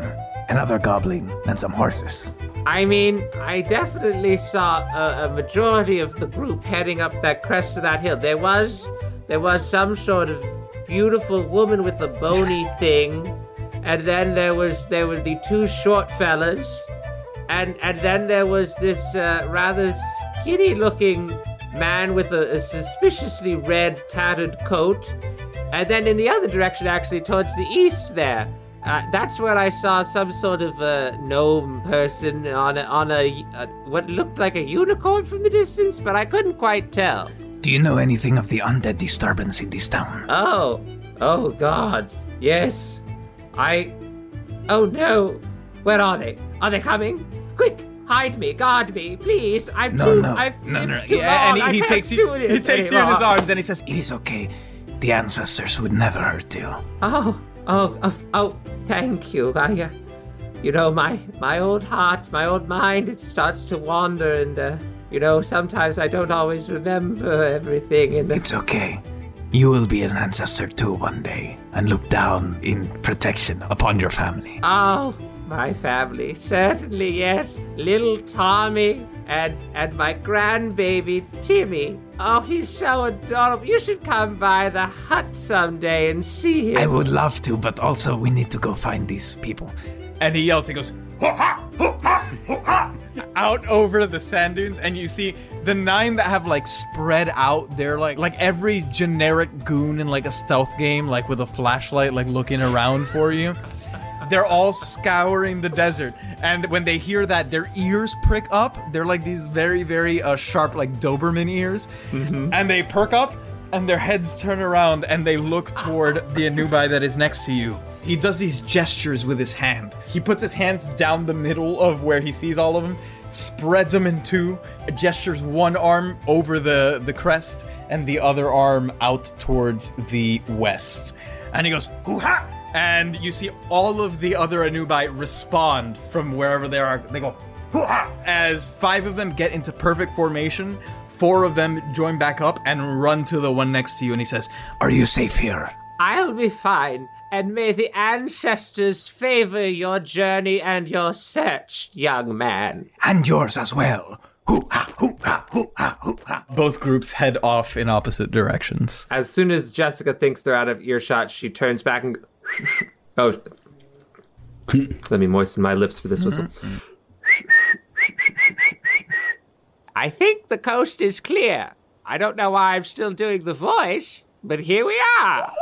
[SPEAKER 11] another goblin, and some horses?
[SPEAKER 8] I mean, I definitely saw a, a majority of the group heading up that crest of that hill. There was, there was some sort of beautiful woman with a bony thing, and then there was there were the two short fellas, and and then there was this uh, rather skinny-looking man with a, a suspiciously red tattered coat, and then in the other direction, actually towards the east there.
[SPEAKER 13] Uh, that's where I saw some sort of uh, gnome person on a, on a, uh what looked like a unicorn from the distance, but I couldn't quite tell.
[SPEAKER 11] Do you know anything of the undead disturbance in this town?
[SPEAKER 13] Oh, oh God, yes. I, oh no, where are they? Are they coming? Quick, hide me, guard me, please. I'm
[SPEAKER 11] No,
[SPEAKER 13] too,
[SPEAKER 11] no,
[SPEAKER 13] I've
[SPEAKER 11] no,
[SPEAKER 13] lived
[SPEAKER 11] no.
[SPEAKER 13] too
[SPEAKER 11] Yeah,
[SPEAKER 13] long.
[SPEAKER 11] and he-
[SPEAKER 13] I
[SPEAKER 11] he
[SPEAKER 13] can't
[SPEAKER 11] takes you-
[SPEAKER 13] do
[SPEAKER 11] he
[SPEAKER 13] this
[SPEAKER 11] takes you in his
[SPEAKER 13] anymore.
[SPEAKER 11] arms and he says, "It is okay. The ancestors would never hurt you."
[SPEAKER 13] Oh, oh, oh, oh thank you. I, uh, you know, my my old heart, my old mind, it starts to wander, and uh, you know, sometimes I don't always remember everything. And
[SPEAKER 11] it's okay. You will be an ancestor too one day, and look down in protection upon your family.
[SPEAKER 13] Oh, my family, certainly yes. Little Tommy and and my grandbaby Timmy. Oh, he's so adorable. You should come by the hut someday and see him.
[SPEAKER 11] I would love to, but also we need to go find these people.
[SPEAKER 4] And he yells, he goes, "Ho ha, ho ha, ho ha," out over the sand dunes, and you see the nine that have like spread out. They're like like every generic goon in like a stealth game, like with a flashlight, like looking around for you. They're all scouring the desert, and when they hear that, their ears prick up. They're like these very, very uh, sharp, like Doberman ears, and they perk up, and their heads turn around, and they look toward the Anubi that is next to you. He does these gestures with his hand. He puts his hands down the middle of where he sees all of them, spreads them in two, gestures one arm over the, the crest and the other arm out towards the west. And he goes, hoo ha! And you see all of the other Anubi respond from wherever they are. They go, hoo ha! As five of them get into perfect formation, four of them join back up and run to the one next to you. And he says,
[SPEAKER 11] Are you safe here?
[SPEAKER 13] I'll be fine, and may the ancestors favor your journey and your search, young man.
[SPEAKER 11] And yours as well.
[SPEAKER 4] Both groups head off in opposite directions.
[SPEAKER 13] As soon as Jessica thinks they're out of earshot, she turns back and. Oh. Let me moisten my lips for this whistle. I think the coast is clear. I don't know why I'm still doing the voice, but here we are.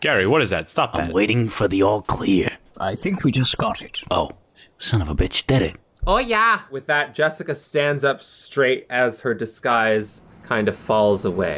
[SPEAKER 6] Gary, what is that? Stop that.
[SPEAKER 12] I'm waiting for the all clear.
[SPEAKER 9] I think we just got it.
[SPEAKER 12] Oh, son of a bitch, did it.
[SPEAKER 13] Oh, yeah. With that, Jessica stands up straight as her disguise kind of falls away.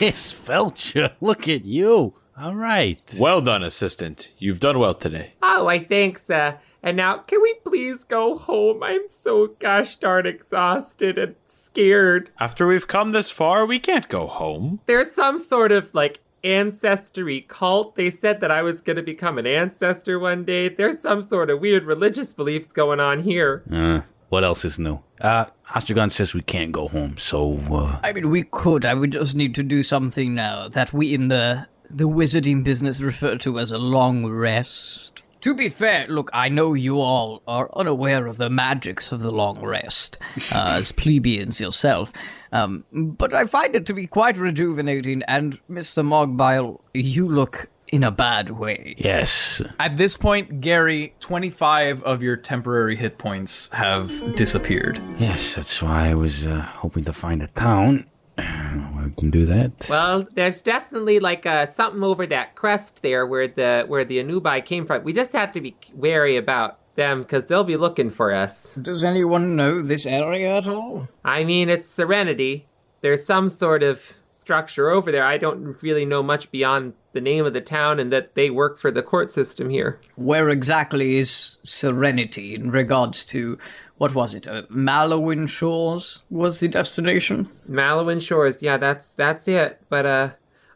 [SPEAKER 12] Miss Felcher, look at you. All right.
[SPEAKER 6] Well done, assistant. You've done well today.
[SPEAKER 13] Oh, I think so. And now, can we please go home? I'm so gosh darn exhausted and scared.
[SPEAKER 6] After we've come this far, we can't go home.
[SPEAKER 13] There's some sort of like ancestry cult. They said that I was going to become an ancestor one day. There's some sort of weird religious beliefs going on here.
[SPEAKER 12] Uh, what else is new? Uh, Ostrogon says we can't go home, so uh,
[SPEAKER 9] I mean, we could. I would just need to do something now that we in the the wizarding business refer to as a long rest. To be fair, look, I know you all are unaware of the magics of the long rest, uh, as plebeians yourself, um, but I find it to be quite rejuvenating. And Mister Mogbile, you look in a bad way.
[SPEAKER 12] Yes.
[SPEAKER 4] At this point, Gary, 25 of your temporary hit points have disappeared.
[SPEAKER 12] yes, that's why I was uh, hoping to find a town. Uh, I can do that.
[SPEAKER 13] Well, there's definitely like uh, something over that crest there where the where the Anubi came from. We just have to be wary about them because they'll be looking for us.
[SPEAKER 9] Does anyone know this area at all?
[SPEAKER 13] I mean, it's Serenity. There's some sort of structure over there. I don't really know much beyond the name of the town and that they work for the court system here.
[SPEAKER 9] Where exactly is Serenity in regards to what was it? Uh, Malowin Shores was the destination.
[SPEAKER 13] Malowin Shores, yeah, that's that's it. But uh,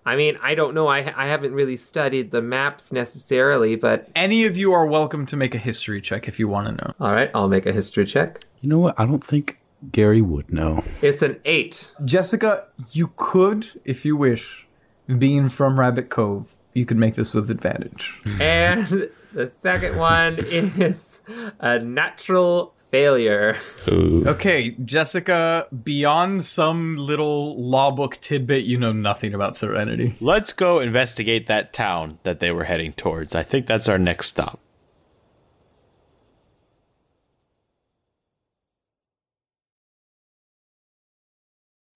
[SPEAKER 13] I mean, I don't know. I I haven't really studied the maps necessarily, but
[SPEAKER 4] Any of you are welcome to make a history check if you want to know.
[SPEAKER 13] All right, I'll make a history check.
[SPEAKER 12] You know what? I don't think Gary would know.
[SPEAKER 13] It's an eight.
[SPEAKER 4] Jessica, you could, if you wish, being from Rabbit Cove, you could make this with advantage.
[SPEAKER 13] and the second one is a natural failure.
[SPEAKER 4] Okay, Jessica, beyond some little law book tidbit, you know nothing about Serenity.
[SPEAKER 6] Let's go investigate that town that they were heading towards. I think that's our next stop.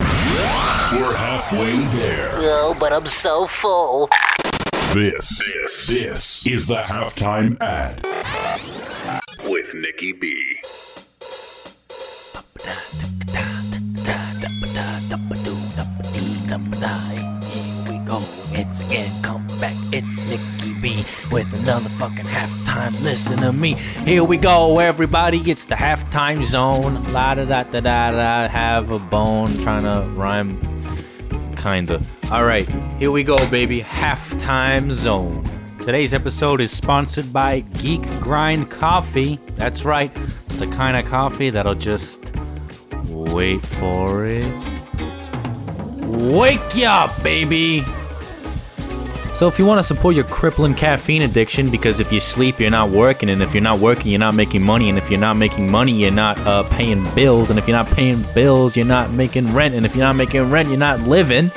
[SPEAKER 14] We're half
[SPEAKER 15] halfway there.
[SPEAKER 16] Oh, but I'm so full.
[SPEAKER 15] This, this, this is the halftime ad with Nikki B.
[SPEAKER 17] we go. It's again, come back. It's Nicky B with another fucking halftime. Listen to me. Here we go, everybody. It's the halftime zone. La da da da da da. Have a bone. Trying to rhyme. Kinda. All right. Here we go, baby. Halftime zone. Today's episode is sponsored by Geek Grind Coffee. That's right. It's the kind of coffee that'll just wait for it. Wake you up, baby!
[SPEAKER 12] So if you want to support your crippling caffeine addiction, because if you sleep, you're not working, and if you're not working, you're not making money, and if you're not making money, you're not uh, paying bills, and if you're not paying bills, you're not making rent, and if you're not making rent, you're not living.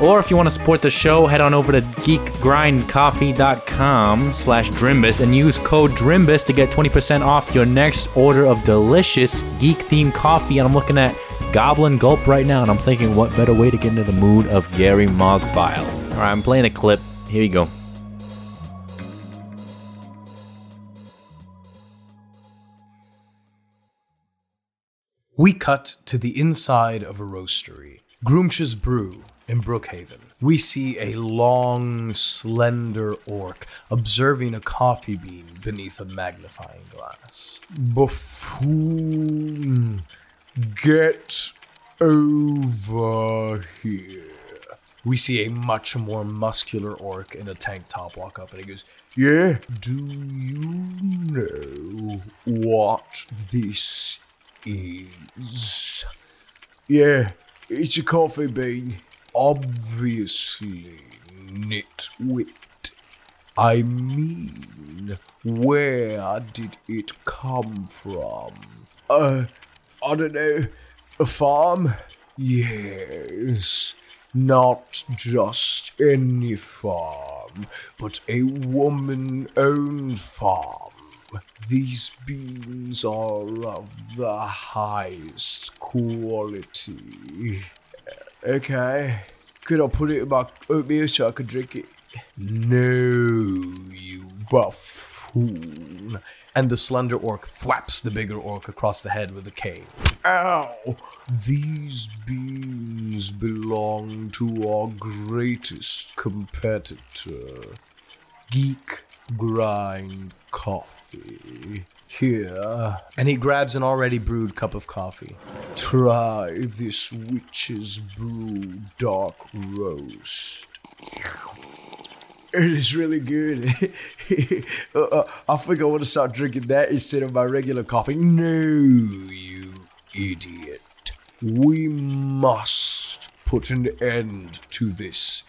[SPEAKER 12] Or if you want to support the show, head on over to geekgrindcoffee.com slash Drimbus and use code Drimbus to get 20% off your next order of delicious geek-themed coffee. And I'm looking at Goblin Gulp right now, and I'm thinking, what better way to get into the mood of Gary Mogbile? All right, I'm playing a clip. Here you go.
[SPEAKER 18] We cut to the inside of a roastery, Groomsh's Brew in Brookhaven. We see a long, slender orc observing a coffee bean beneath a magnifying glass.
[SPEAKER 19] Buffoon, get over here.
[SPEAKER 18] We see a much more muscular orc in a tank top walk up and he goes,
[SPEAKER 19] Yeah? Do you know what this is? Yeah, it's a coffee bean. Obviously, nitwit. I mean, where did it come from? Uh, I don't know. A farm? Yes. Not just any farm, but a woman owned farm. These beans are of the highest quality. Okay. Could I put it in my oatmeal so I could drink it?
[SPEAKER 18] No, you buffoon. And the slender orc thwaps the bigger orc across the head with a cane.
[SPEAKER 19] Ow! These beans belong to our greatest competitor, Geek Grind Coffee. Here,
[SPEAKER 18] And he grabs an already brewed cup of coffee.
[SPEAKER 19] try this witch's brew dark roast. It is really good. Uh, uh, I think I want to start drinking that instead of my regular coffee. No, you idiot. We must put an end to this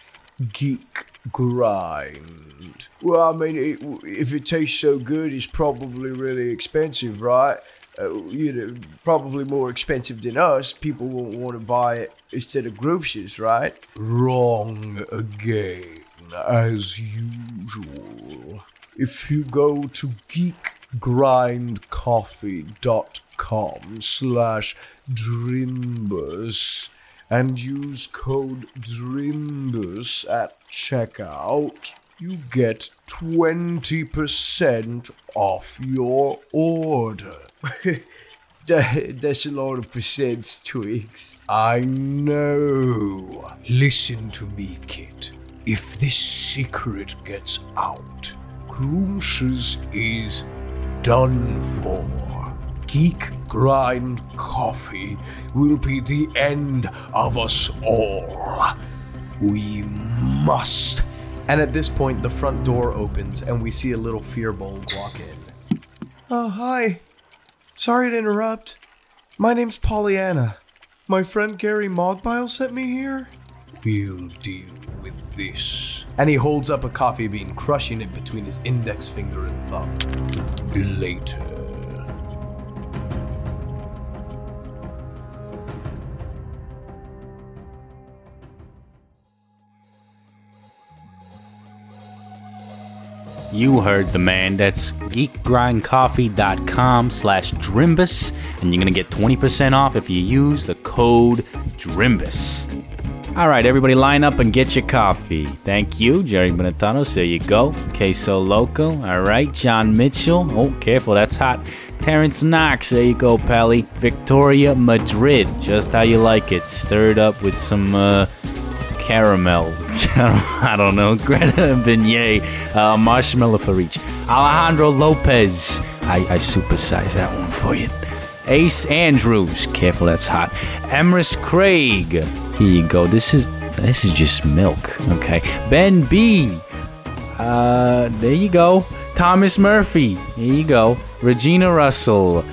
[SPEAKER 19] geek grind. Well, I mean, it, if it tastes so good, it's probably really expensive, right? Uh, you know, probably more expensive than us. People won't want to buy it instead of Grooves's, right?
[SPEAKER 18] Wrong
[SPEAKER 19] again, as usual. If you go to geekgrindcoffee.com slash drimbus and use code drimbus at checkout, you get 20% off your order. Tha- That's a lot of percents, Twigs. I know.
[SPEAKER 7] Listen to me, kid.
[SPEAKER 19] If this secret gets out, Groomsh's is done for. Geek Grind Coffee will be the end of us all.
[SPEAKER 18] We must. And at this point, the front door opens and we see a little fearbold walk in.
[SPEAKER 14] Oh, hi. Sorry to interrupt. My name's Pollyanna. My friend Gary Mogbile sent me here.
[SPEAKER 18] We'll deal with this. And he holds up a coffee bean, crushing it between his index finger and thumb. Later.
[SPEAKER 12] You heard the man. That's geekgrindcoffee.com slash Drimbus. And you're going to get 20% off if you use the code DRIMBUS. All right, everybody, line up and get your coffee. Thank you, Jerry Benetanos. There you go. Queso Loco. All right, John Mitchell. Oh, careful, that's hot. Terrence Knox. There you go, Pally. Victoria Madrid. Just how you like it. Stirred up with some uh, caramel. I don't know. Greta Beignet. Uh, marshmallow for each. Alejandro Lopez. I, I supersize that one for you. Ace Andrews. Careful, that's hot. Emrys Craig. Here you go. This is this is just milk. Okay. Ben B. Uh, there you go. Thomas Murphy. Here you go. Regina Russell.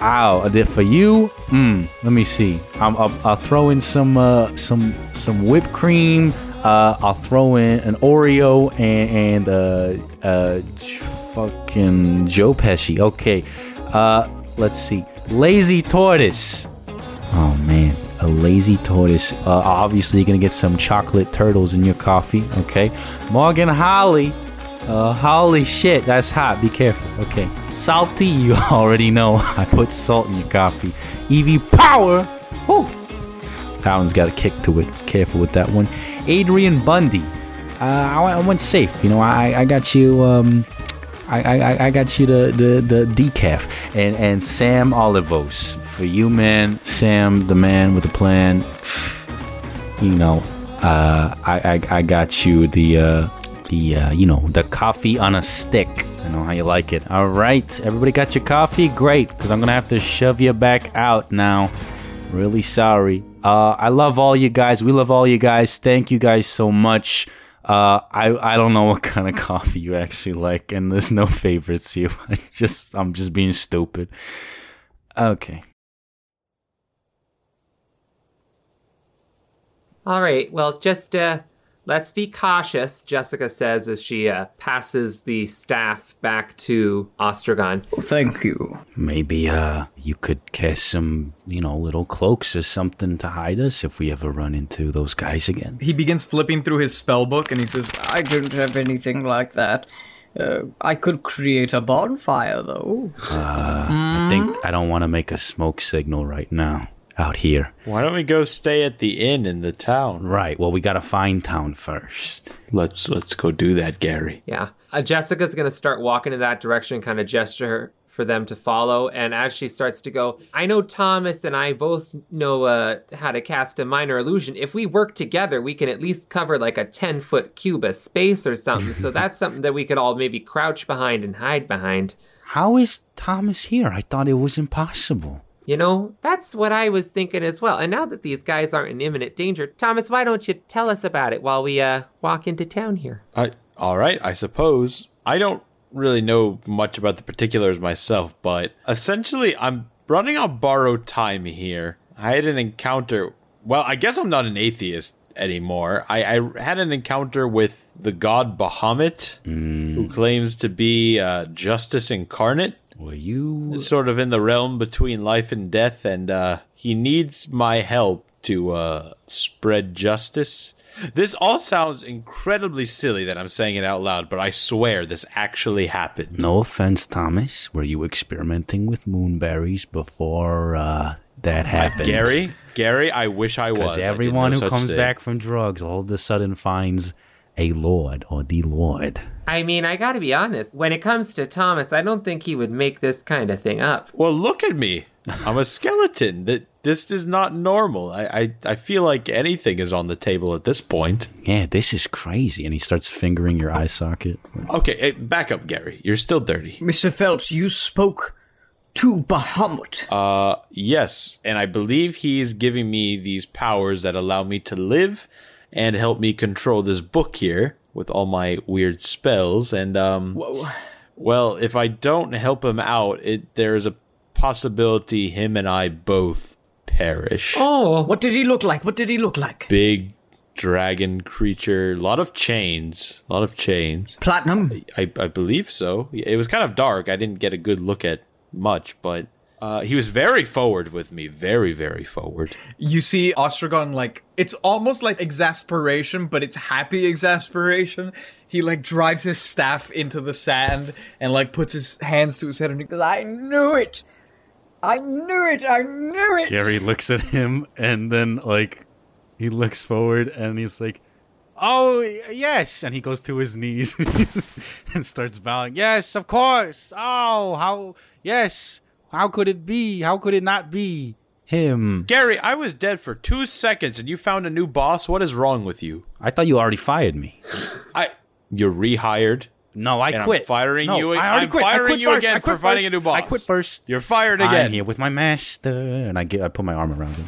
[SPEAKER 12] Ow, did for you. Mm, let me see. I'm, I'll, I'll throw in some uh, some some whipped cream. Uh, I'll throw in an Oreo and, and uh, uh, fucking Joe Pesci. Okay. Uh, let's see. Lazy tortoise. Oh man, a lazy tortoise. Uh, obviously, you're gonna get some chocolate turtles in your coffee. Okay, Morgan Holly. Uh, holy shit, that's hot. Be careful. Okay, salty. You already know I put salt in your coffee. Evie Power. Whew. That one's got a kick to it. Careful with that one. Adrian Bundy. Uh, I, went- I went safe. You know, I I got you. Um, I, I, I- I got you the, the, the decaf and, and Sam Olivos for you, man. Sam, the man with the plan. You know, uh, I, I I got you the uh, the uh, you know the coffee on a stick. I know how you like it. All right, everybody got your coffee? Great, because I'm gonna have to shove you back out now. Really sorry. Uh, I love all you guys. We love all you guys. Thank you guys so much. Uh, I I don't know what kind of coffee you actually like, and there's no favorites here. I just I'm just being stupid. Okay.
[SPEAKER 8] All right. Well, just uh, let's be cautious, Jessica says as she uh, passes the staff back to Ostrogon.
[SPEAKER 9] Thank you.
[SPEAKER 12] Maybe uh you could cast some, you know, little cloaks or something to hide us if we ever run into those guys again.
[SPEAKER 18] He begins flipping through his spell book and he says,
[SPEAKER 9] I don't have anything like that. Uh, I could create a bonfire, though.
[SPEAKER 12] Uh, I
[SPEAKER 9] Mm.
[SPEAKER 12] think I don't want to make a smoke signal right now out here.
[SPEAKER 6] Why don't we go stay at the inn in the town?
[SPEAKER 12] Right. Well, we gotta find town first.
[SPEAKER 6] Let's let's go do that, Gary.
[SPEAKER 8] Yeah. Uh, Jessica's going to start walking in that direction and kind of gesture for them to follow. And as she starts to go, I know Thomas and I both know uh, how to cast a minor illusion. If we work together, we can at least cover like a 10 foot cube of space or something. so that's something that we could all maybe crouch behind and hide behind.
[SPEAKER 12] How is Thomas here? I thought it was impossible.
[SPEAKER 8] You know, that's what I was thinking as well. And now that these guys aren't in imminent danger, Thomas, why don't you tell us about it while we uh, walk into town here?
[SPEAKER 6] I, all right, I suppose. I don't really know much about the particulars myself, but essentially, I'm running on borrowed time here. I had an encounter. Well, I guess I'm not an atheist anymore. I, I had an encounter with the god Bahamut, who claims to be uh, justice incarnate.
[SPEAKER 12] Mm. Well, you
[SPEAKER 6] it's sort of in the realm between life and death, and uh, he needs my help to uh, spread justice. This all sounds incredibly silly that I'm saying it out loud, but I swear this actually happened.
[SPEAKER 12] No offense, Thomas. Were you experimenting with moonberries before uh, that happened?
[SPEAKER 6] Gary, Gary, I wish I was.
[SPEAKER 12] Because
[SPEAKER 6] I did
[SPEAKER 12] everyone
[SPEAKER 6] no
[SPEAKER 12] who
[SPEAKER 6] such
[SPEAKER 12] comes
[SPEAKER 6] thing.
[SPEAKER 12] back from drugs all of a sudden finds a lord or the lord.
[SPEAKER 8] I mean, I gotta be honest. When it comes to Thomas, I don't think he would make this kind of thing up.
[SPEAKER 6] Well, look at me. I'm a skeleton. That this is not normal. I, I I feel like anything is on the table at this point.
[SPEAKER 12] Yeah, this is crazy. And he starts fingering your eye socket.
[SPEAKER 6] Okay, hey, back up, Gary. You're still dirty.
[SPEAKER 9] Mr. Phelps, you spoke to Bahamut.
[SPEAKER 6] Uh, yes, and I believe he is giving me these powers that allow me to live and help me control this book here with all my weird spells. And um, well, if I don't help him out, it there is a possibility him and I both perish.
[SPEAKER 9] Oh, what did he look like? What did he look like?
[SPEAKER 6] Big dragon creature, a lot of chains, a lot of chains.
[SPEAKER 9] Platinum.
[SPEAKER 6] I, I believe so. It was kind of dark. I didn't get a good look at much, but uh, he was very forward with me. Very, very forward.
[SPEAKER 18] You see Ostrogon like it's almost like exasperation, but it's happy exasperation. He like drives his staff into the sand and like puts his hands to his head and he goes, I knew it.
[SPEAKER 20] I knew it. I knew it.
[SPEAKER 13] Gary looks at him and then like he looks forward and he's like, "Oh yes," and he goes to his knees and starts bowing. Yes, of course. Oh, how yes. How could it be? How could it not be him?
[SPEAKER 6] Gary, I was dead for two seconds and you found a new boss. What is wrong with you?
[SPEAKER 13] I thought you already fired me.
[SPEAKER 6] I you're rehired.
[SPEAKER 13] No, I
[SPEAKER 6] and I'm
[SPEAKER 13] quit.
[SPEAKER 6] firing
[SPEAKER 13] No,
[SPEAKER 6] you.
[SPEAKER 13] I already
[SPEAKER 6] am
[SPEAKER 13] quit. I
[SPEAKER 6] firing
[SPEAKER 13] quit
[SPEAKER 6] you
[SPEAKER 13] first. I
[SPEAKER 6] again
[SPEAKER 13] quit
[SPEAKER 6] for finding
[SPEAKER 13] first.
[SPEAKER 6] a new boss.
[SPEAKER 13] I quit first.
[SPEAKER 6] You're fired
[SPEAKER 13] I'm
[SPEAKER 6] again.
[SPEAKER 13] here with my master, and I get I put my arm around him.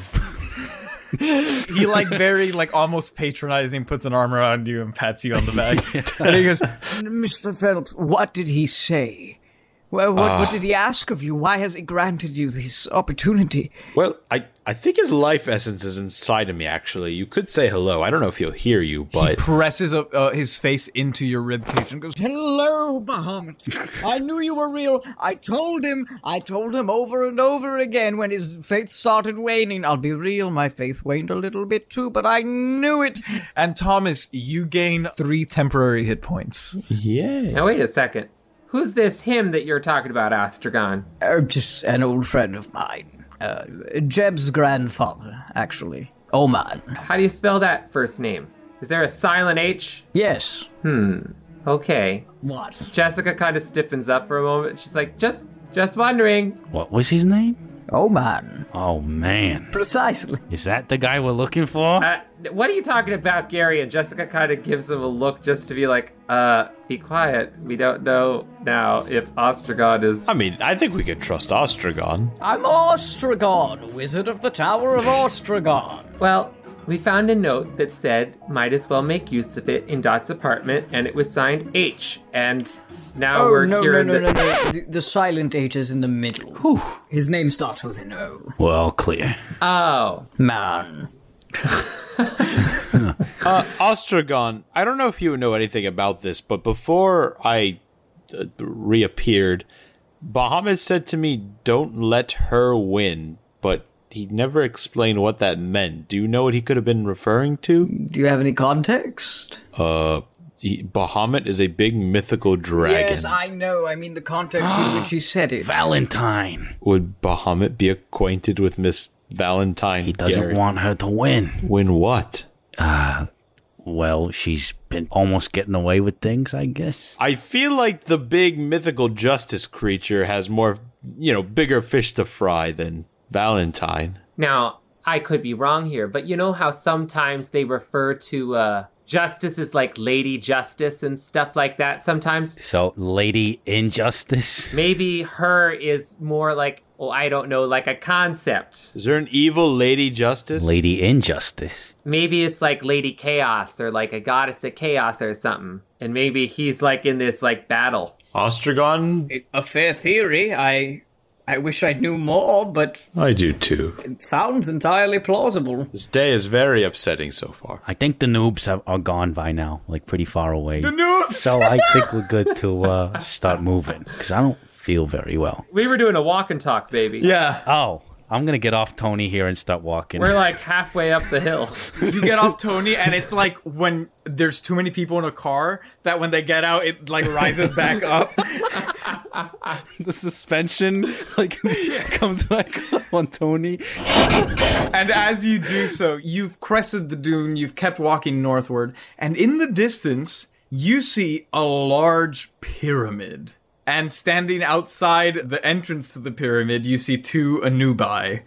[SPEAKER 4] he like very like almost patronizing puts an arm around you and pats you on the back. And he goes,
[SPEAKER 9] Mr. Phelps, what did he say? Well, what, what
[SPEAKER 6] Ah.
[SPEAKER 9] did he ask of you? Why has he granted you this opportunity?
[SPEAKER 6] Well, I, I think his life essence is inside of me, actually. You could say hello. I don't know if he'll hear you, but.
[SPEAKER 4] presses uh, uh, his face into your rib cage and goes,
[SPEAKER 9] Hello, Bahamut. I knew you were real. I told him. I told him over and over again when his faith started waning. I'll be real, my faith waned a little bit too, but I knew it.
[SPEAKER 4] And Thomas, you gain three temporary hit points.
[SPEAKER 6] Yeah.
[SPEAKER 8] Now wait a second. Who's this him that you're talking about, Astragon?
[SPEAKER 9] Uh, just an old friend of mine. Uh, Jeb's grandfather, actually. Oman.
[SPEAKER 8] How do you spell that first name? Is there a silent H?
[SPEAKER 9] Yes.
[SPEAKER 8] Hmm. Okay.
[SPEAKER 9] What?
[SPEAKER 8] Jessica kind of stiffens up for a moment. She's like, just, just wondering.
[SPEAKER 13] What was his name?
[SPEAKER 9] Oman.
[SPEAKER 13] Oh man,
[SPEAKER 9] Precisely.
[SPEAKER 13] is that the guy we're looking for?
[SPEAKER 8] Uh, what are you talking about, Gary? And Jessica kind of gives him a look just to be like, uh, be quiet. We don't know now if Ostragon is.
[SPEAKER 6] I mean, I think we could trust Ostragon.
[SPEAKER 9] I'm Ostragon, Wizard of the Tower of Ostragon.
[SPEAKER 8] Well, we found a note that said, might as well make use of it in Dot's apartment, and it was signed H. And now
[SPEAKER 9] oh,
[SPEAKER 8] we're
[SPEAKER 9] no, no,
[SPEAKER 8] hearing
[SPEAKER 9] no,
[SPEAKER 8] that.
[SPEAKER 9] no, no. The, the silent H is in the middle. His name starts with an O.
[SPEAKER 13] Well, clear.
[SPEAKER 8] Oh.
[SPEAKER 9] Man.
[SPEAKER 6] Uh, Ostragon, I don't know if you know anything about this, but before I uh, reappeared, Bahamut said to me, don't let her win, but he never explained what that meant. Do you know what he could have been referring to?
[SPEAKER 9] Do you have any context?
[SPEAKER 6] Uh, he, Bahamut is a big mythical dragon.
[SPEAKER 9] Yes, I know. I mean the context in which he said it.
[SPEAKER 13] Valentine.
[SPEAKER 6] Would Bahamut be acquainted with Miss Valentine? He
[SPEAKER 12] doesn't want her to win.
[SPEAKER 6] Win what?
[SPEAKER 12] Uh, well, she's been almost getting away with things, I guess.
[SPEAKER 6] I feel like the big mythical justice creature has more, you know, bigger fish to fry than Valentine.
[SPEAKER 8] Now, I could be wrong here, but you know how sometimes they refer to uh, justice as like Lady Justice and stuff like that sometimes?
[SPEAKER 12] So, Lady Injustice.
[SPEAKER 8] Maybe her is more like, oh, I don't know, like a concept.
[SPEAKER 6] Is there an evil Lady Justice?
[SPEAKER 12] Lady Injustice.
[SPEAKER 8] Maybe it's like Lady Chaos or like a goddess of chaos or something. And maybe he's like in this like battle.
[SPEAKER 6] Ostragon?
[SPEAKER 9] A fair theory. I I wish I knew more, but
[SPEAKER 6] I do too.
[SPEAKER 9] it sounds entirely plausible.
[SPEAKER 6] This day is very upsetting so far.
[SPEAKER 12] I think the noobs have, are gone by now, like pretty far away.
[SPEAKER 8] The noobs!
[SPEAKER 12] So I think we're good to uh, start moving because I don't feel very well.
[SPEAKER 8] We were doing a walk and talk, baby.
[SPEAKER 12] Oh, I'm gonna get off Tony here and start walking.
[SPEAKER 8] We're like halfway up the hill.
[SPEAKER 4] You get off Tony, and it's like when there's too many people in a car that when they get out, it like rises back up.
[SPEAKER 13] the suspension like comes back up on Tony.
[SPEAKER 4] And as you do so, you've crested the dune, you've kept walking northward, and in the distance, you see a large pyramid. And standing outside the entrance to the pyramid, you see two Anubai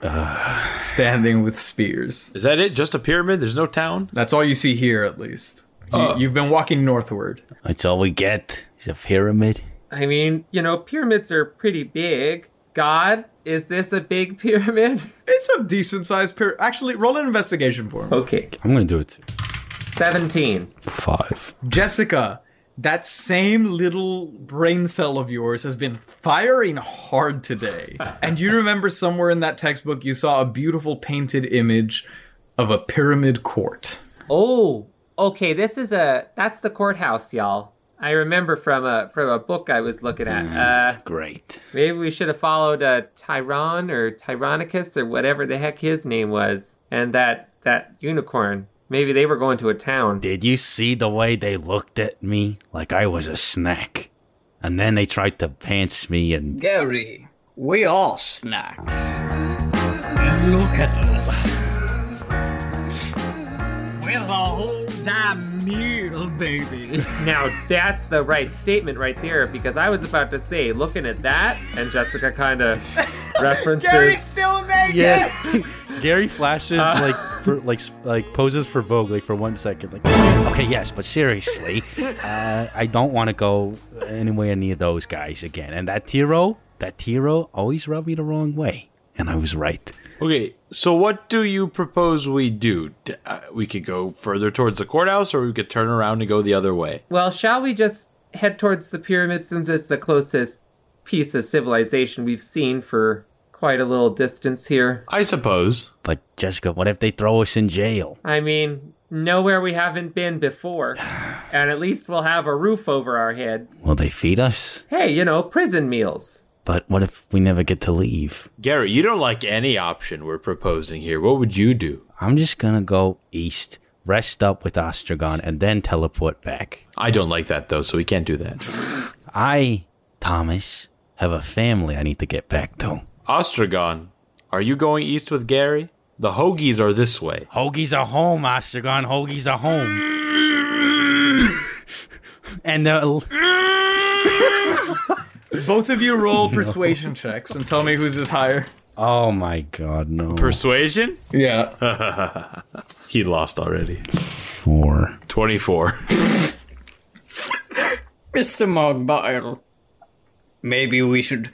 [SPEAKER 4] standing with spears.
[SPEAKER 6] Is that it? Just a pyramid? There's no town?
[SPEAKER 4] That's all you see here, at least. You,
[SPEAKER 6] Uh.
[SPEAKER 4] you've been walking northward.
[SPEAKER 12] That's all we get. It's a pyramid.
[SPEAKER 8] I mean, you know, pyramids are pretty big. God, is this a big pyramid?
[SPEAKER 4] It's a decent sized pyramid. Actually, roll an investigation for me.
[SPEAKER 8] Okay.
[SPEAKER 12] I'm gonna do it.
[SPEAKER 8] 17.
[SPEAKER 12] Five.
[SPEAKER 4] Jessica, that same little brain cell of yours has been firing hard today. and you remember somewhere in that textbook you saw a beautiful painted image of a pyramid court.
[SPEAKER 8] Oh, okay. This is a that's the courthouse, y'all. I remember from a from a book I was looking at. Uh,
[SPEAKER 12] Mm, Great.
[SPEAKER 8] Maybe we should have followed uh, Tyron or Tyronicus or whatever the heck his name was, and that that unicorn. Maybe they were going to a town.
[SPEAKER 12] Did you see the way they looked at me like I was a snack? And then they tried to pants me and
[SPEAKER 9] Gary, We are snacks. And look at us.
[SPEAKER 8] With a whole damn meal, baby. Now that's the right statement right there because I was about to say, looking at that, and Jessica kind of
[SPEAKER 21] Gary
[SPEAKER 10] references.
[SPEAKER 21] still naked.
[SPEAKER 10] Yeah. Gary flashes
[SPEAKER 8] Ah.
[SPEAKER 21] Uh.
[SPEAKER 10] like for, like s- like poses for Vogue like for one second like okay yes but seriously uh, I don't want to go anywhere near those guys again and that Tiro that Tiro always rubbed me the wrong way and I was right
[SPEAKER 6] Okay, so what do you propose we do? D- uh, We could go further towards the courthouse, or we could turn around and go the other way.
[SPEAKER 8] Well, shall we just head towards the pyramid since it's the closest piece of civilization we've seen for quite a little distance here?
[SPEAKER 6] I suppose
[SPEAKER 12] but Jessica what if they throw us in jail
[SPEAKER 8] I mean, nowhere we haven't been before. And at least we'll have a roof over our heads.
[SPEAKER 12] will they feed us
[SPEAKER 8] Hey, you know, prison meals.
[SPEAKER 12] but what if we never get to leave
[SPEAKER 6] Gary, you don't like any option we're proposing here. What would you do?
[SPEAKER 12] I'm just gonna go east rest up with Ostrogon and then teleport back
[SPEAKER 6] I don't like that though, so we can't do that.
[SPEAKER 12] I Thomas have a family I need to get back to
[SPEAKER 6] Ostrogon, are you going east with Gary? The Hoagies are this way.
[SPEAKER 10] Hoagies are home Ostrogon Hoagies are home and the
[SPEAKER 18] Both of you roll persuasion checks and tell me whose is higher.
[SPEAKER 12] oh my god no
[SPEAKER 6] Persuasion?
[SPEAKER 18] Yeah.
[SPEAKER 6] he lost already.
[SPEAKER 12] Four.
[SPEAKER 6] 24.
[SPEAKER 9] Mr. Mogbile, maybe we should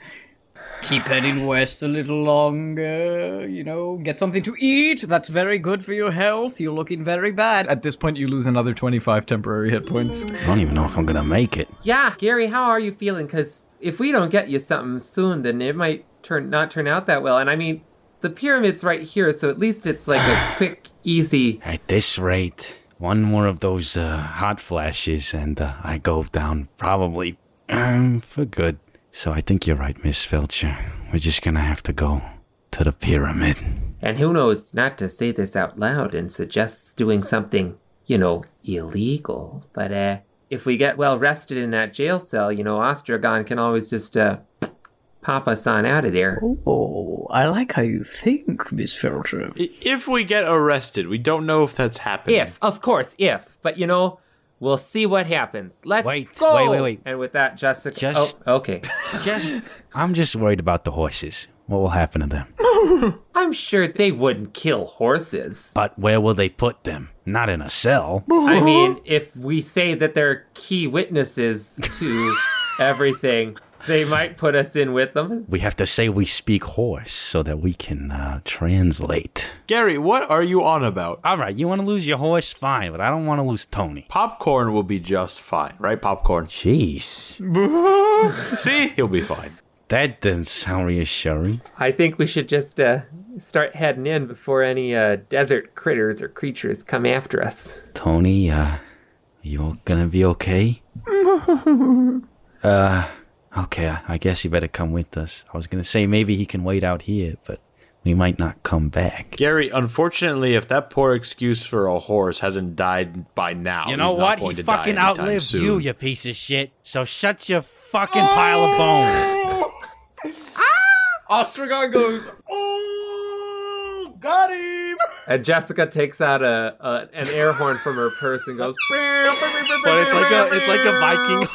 [SPEAKER 9] keep heading west a little longer. You know, get something to eat. That's very good for your health. You're looking very bad.
[SPEAKER 18] At this point, you lose another 25 temporary hit points. I
[SPEAKER 12] don't even know if I'm gonna make it.
[SPEAKER 8] Yeah, Gary, how are you feeling? Because if we don't get you something soon, then it might turn not turn out that well. And I mean, the pyramid's right here, so at least it's like a quick, easy.
[SPEAKER 12] At this rate, one more of those uh, hot flashes, and uh, I go down probably um, for good. So I think you're right, Miss Felcher. We're just gonna have to go to the pyramid.
[SPEAKER 8] And who knows not to say this out loud and suggests doing something, you know, illegal. But uh, if we get well rested in that jail cell, you know, Ostrogon can always just uh, pop us on out of there.
[SPEAKER 9] Oh, I like how you think, Miss Felcher.
[SPEAKER 6] I- If we get arrested, we don't know if that's happening.
[SPEAKER 8] If, of course, if. But you know, we'll see what happens. Let's
[SPEAKER 12] Wait,
[SPEAKER 8] go.
[SPEAKER 12] wait, wait, wait.
[SPEAKER 8] And with that, Jessica.
[SPEAKER 12] Just-
[SPEAKER 8] oh, okay.
[SPEAKER 12] Just. I'm just worried about the horses. What will happen to them?
[SPEAKER 8] I'm sure they wouldn't kill horses.
[SPEAKER 12] But where will they put them? Not in a cell.
[SPEAKER 8] I mean, if we say that they're key witnesses to everything, they might put us in with them.
[SPEAKER 12] We have to say we speak horse so that we can uh, translate.
[SPEAKER 6] Gary, what are you on about?
[SPEAKER 12] All right, you want to lose your horse? Fine, but I don't want to lose Tony.
[SPEAKER 6] Popcorn will be just fine, right? Popcorn.
[SPEAKER 12] Jeez.
[SPEAKER 6] See? He'll be fine.
[SPEAKER 12] That doesn't sound reassuring.
[SPEAKER 8] I think we should just uh, start heading in before any uh, desert critters or creatures come after us.
[SPEAKER 12] Tony, uh, you gonna be okay? Uh, okay, I- I guess you better come with us. I was gonna say maybe he can wait out here, but we might not come back.
[SPEAKER 6] Gary, unfortunately, if that poor excuse for a horse hasn't died by now,
[SPEAKER 10] you know
[SPEAKER 6] he's
[SPEAKER 10] what
[SPEAKER 6] Not going
[SPEAKER 10] he
[SPEAKER 6] to die
[SPEAKER 10] fucking
[SPEAKER 6] anytime
[SPEAKER 10] outlived
[SPEAKER 6] soon.
[SPEAKER 10] you you piece of shit so shut your fucking pile of bones.
[SPEAKER 4] Ah!
[SPEAKER 18] Ostrogon goes,
[SPEAKER 8] Oh, got him! And Jessica takes out a, a an air horn from her purse and goes.
[SPEAKER 10] but it's like a it's like a Viking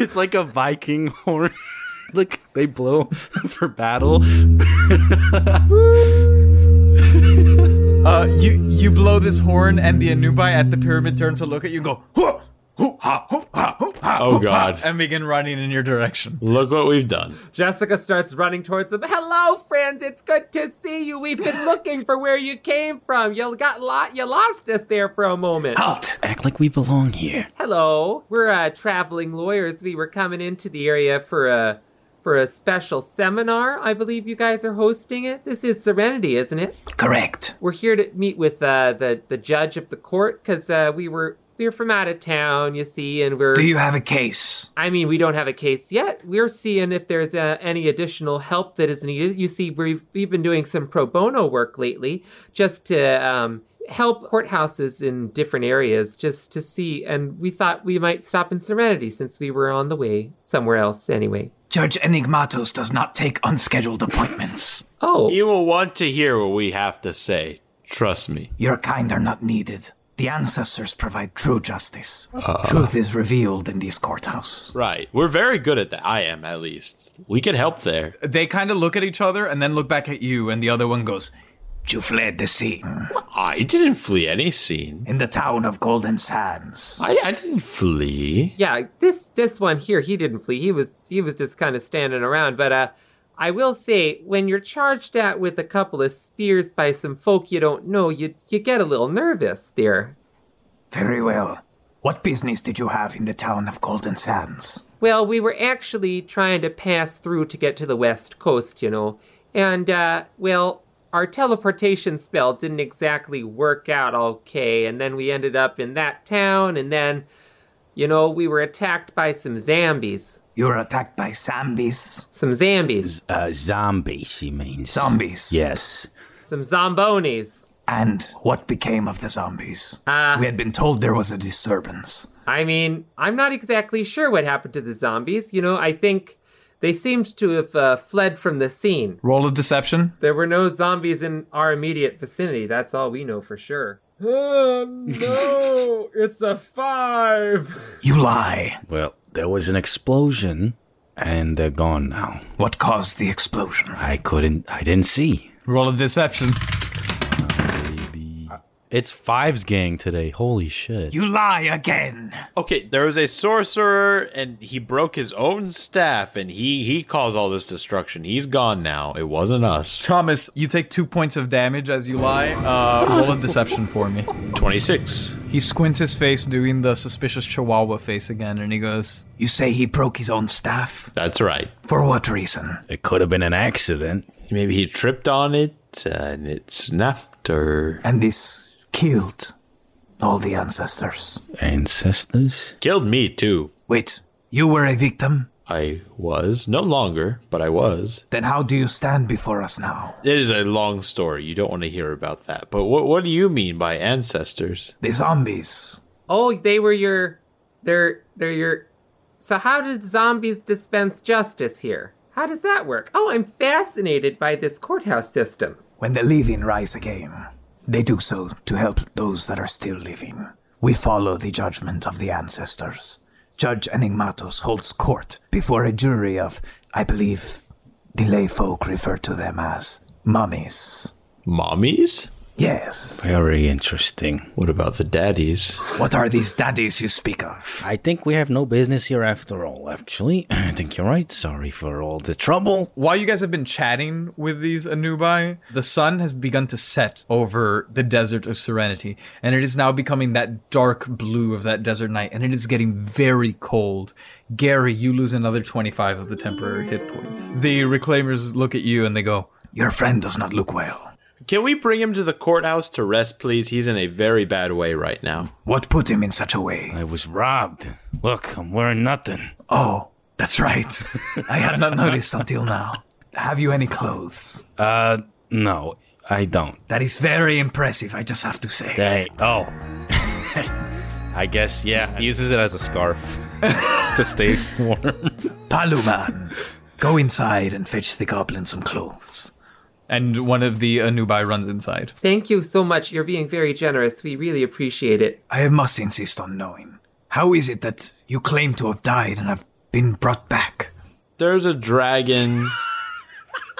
[SPEAKER 10] it's like a Viking horn. Look, they blow for battle.
[SPEAKER 18] Uh, you you blow this horn, and the Anubai at the pyramid turn to look at you and go, "Hoo, hoo, ha, hoo, ha, hoo, ha,
[SPEAKER 6] Oh,
[SPEAKER 18] hoo, ha,"
[SPEAKER 6] God.
[SPEAKER 18] and begin running in your direction.
[SPEAKER 6] Look what we've done.
[SPEAKER 8] Jessica starts running towards them. Hello, friends. It's good to see you. We've been looking for where you came from. You got lot. You lost us there for a moment.
[SPEAKER 12] Act like we belong here.
[SPEAKER 8] Hello. We're uh, traveling lawyers. We were coming into the area for a for a special seminar. I believe you guys are hosting it. This is Serenity, isn't it?
[SPEAKER 11] Correct.
[SPEAKER 8] We're here to meet with uh, the the judge of the court because uh, we were we were from out of town, you see, and we're.
[SPEAKER 11] Do you have a case?
[SPEAKER 8] I mean, we don't have a case yet. We're seeing if there's uh, any additional help that is needed. You see, we've, we've been doing some pro bono work lately just to um, help courthouses in different areas just to see. And we thought we might stop in Serenity since we were on the way somewhere else anyway.
[SPEAKER 11] Judge Enigmatos does not take unscheduled appointments.
[SPEAKER 6] Oh. You will want to hear what we have to say. Trust me.
[SPEAKER 11] Your kind are not needed. The ancestors provide true justice.
[SPEAKER 12] Uh.
[SPEAKER 11] Truth is revealed in this courthouse.
[SPEAKER 6] Right. We're very good at that. I am, at least. We can help there.
[SPEAKER 4] They kind of look at each other and then look back at you, and the other one goes, You fled the scene.
[SPEAKER 6] I didn't flee any scene.
[SPEAKER 11] In the town of Golden Sands.
[SPEAKER 6] I, I didn't flee.
[SPEAKER 8] Yeah, this this one here, he didn't flee. He was he was just kind of standing around. But uh, I will say, when you're charged at with a couple of spears by some folk you don't know, you you get a little nervous there.
[SPEAKER 11] Very well. What business did you have in the town of Golden Sands?
[SPEAKER 8] Well, we were actually trying to pass through to get to the west coast, you know, and uh, well, our teleportation spell didn't exactly work out okay, and then we ended up in that town, and then, you know, we were attacked by some zombies.
[SPEAKER 11] You were attacked by zombies.
[SPEAKER 8] Some zombies.
[SPEAKER 12] Uh, zombies, he means.
[SPEAKER 11] Zombies.
[SPEAKER 12] Yes.
[SPEAKER 8] Some zombones.
[SPEAKER 11] And what became of the zombies?
[SPEAKER 8] Uh,
[SPEAKER 11] we had been told there was a disturbance.
[SPEAKER 8] I mean, I'm not exactly sure what happened to the zombies. You know, I think they seemed to have uh, fled from the scene.
[SPEAKER 4] Roll of deception.
[SPEAKER 8] There were no zombies in our immediate vicinity. That's all we know for sure.
[SPEAKER 22] Oh, no, it's a five.
[SPEAKER 11] You lie.
[SPEAKER 12] Well, there was an explosion, and they're gone now.
[SPEAKER 11] What caused the explosion?
[SPEAKER 12] I couldn't. I didn't see.
[SPEAKER 4] Roll of deception.
[SPEAKER 23] It's Fives Gang today. Holy shit.
[SPEAKER 11] You lie again.
[SPEAKER 6] Okay, there was a sorcerer and he broke his own staff and he he caused all this destruction. He's gone now. It wasn't us.
[SPEAKER 4] Thomas, you take two points of damage as you lie. Uh, roll a deception for me.
[SPEAKER 6] 26.
[SPEAKER 4] He squints his face, doing the suspicious chihuahua face again, and he goes,
[SPEAKER 11] You say he broke his own staff?
[SPEAKER 6] That's right.
[SPEAKER 11] For what reason?
[SPEAKER 12] It could have been an accident.
[SPEAKER 6] Maybe he tripped on it and it snapped or.
[SPEAKER 11] And this killed all the ancestors.
[SPEAKER 12] Ancestors?
[SPEAKER 6] Killed me too.
[SPEAKER 11] Wait, you were a victim?
[SPEAKER 6] I was. No longer, but I was.
[SPEAKER 11] Then how do you stand before us now?
[SPEAKER 6] It is a long story. You don't want to hear about that. But what, what do you mean by ancestors?
[SPEAKER 11] The zombies.
[SPEAKER 8] Oh, they were your. They're, they're your. So, how did zombies dispense justice here? How does that work? Oh, I'm fascinated by this courthouse system.
[SPEAKER 11] When the living rise again, they do so to help those that are still living. We follow the judgment of the ancestors. Judge Enigmatos holds court before a jury of, I believe, the lay folk refer to them as mummies.
[SPEAKER 6] Mummies?
[SPEAKER 11] Yes.
[SPEAKER 12] Very interesting.
[SPEAKER 6] What about the daddies?
[SPEAKER 11] What are these daddies you speak of?
[SPEAKER 12] I think we have no business here after all, actually. I think you're right. Sorry for all the trouble.
[SPEAKER 4] While you guys have been chatting with these Anubai, the sun has begun to set over the desert of Serenity, and it is now becoming that dark blue of that desert night, and it is getting very cold. Gary, you lose another 25 of the temporary hit points. The Reclaimers look at you and they go,
[SPEAKER 11] Your friend does not look well.
[SPEAKER 6] Can we bring him to the courthouse to rest, please? He's in a very bad way right now.
[SPEAKER 11] What put him in such a way?
[SPEAKER 12] I was robbed. Look, I'm wearing nothing.
[SPEAKER 11] Oh, that's right. I had not noticed until now. Have you any clothes?
[SPEAKER 12] Uh, no, I don't.
[SPEAKER 11] That is very impressive, I just have to say.
[SPEAKER 12] They, oh. I guess, yeah. He uses it as a scarf to stay warm.
[SPEAKER 11] Paluman, go inside and fetch the goblin some clothes
[SPEAKER 4] and one of the Anubai runs inside.
[SPEAKER 8] Thank you so much. You're being very generous. We really appreciate it.
[SPEAKER 11] I must insist on knowing. How is it that you claim to have died and have been brought back?
[SPEAKER 6] There's a dragon.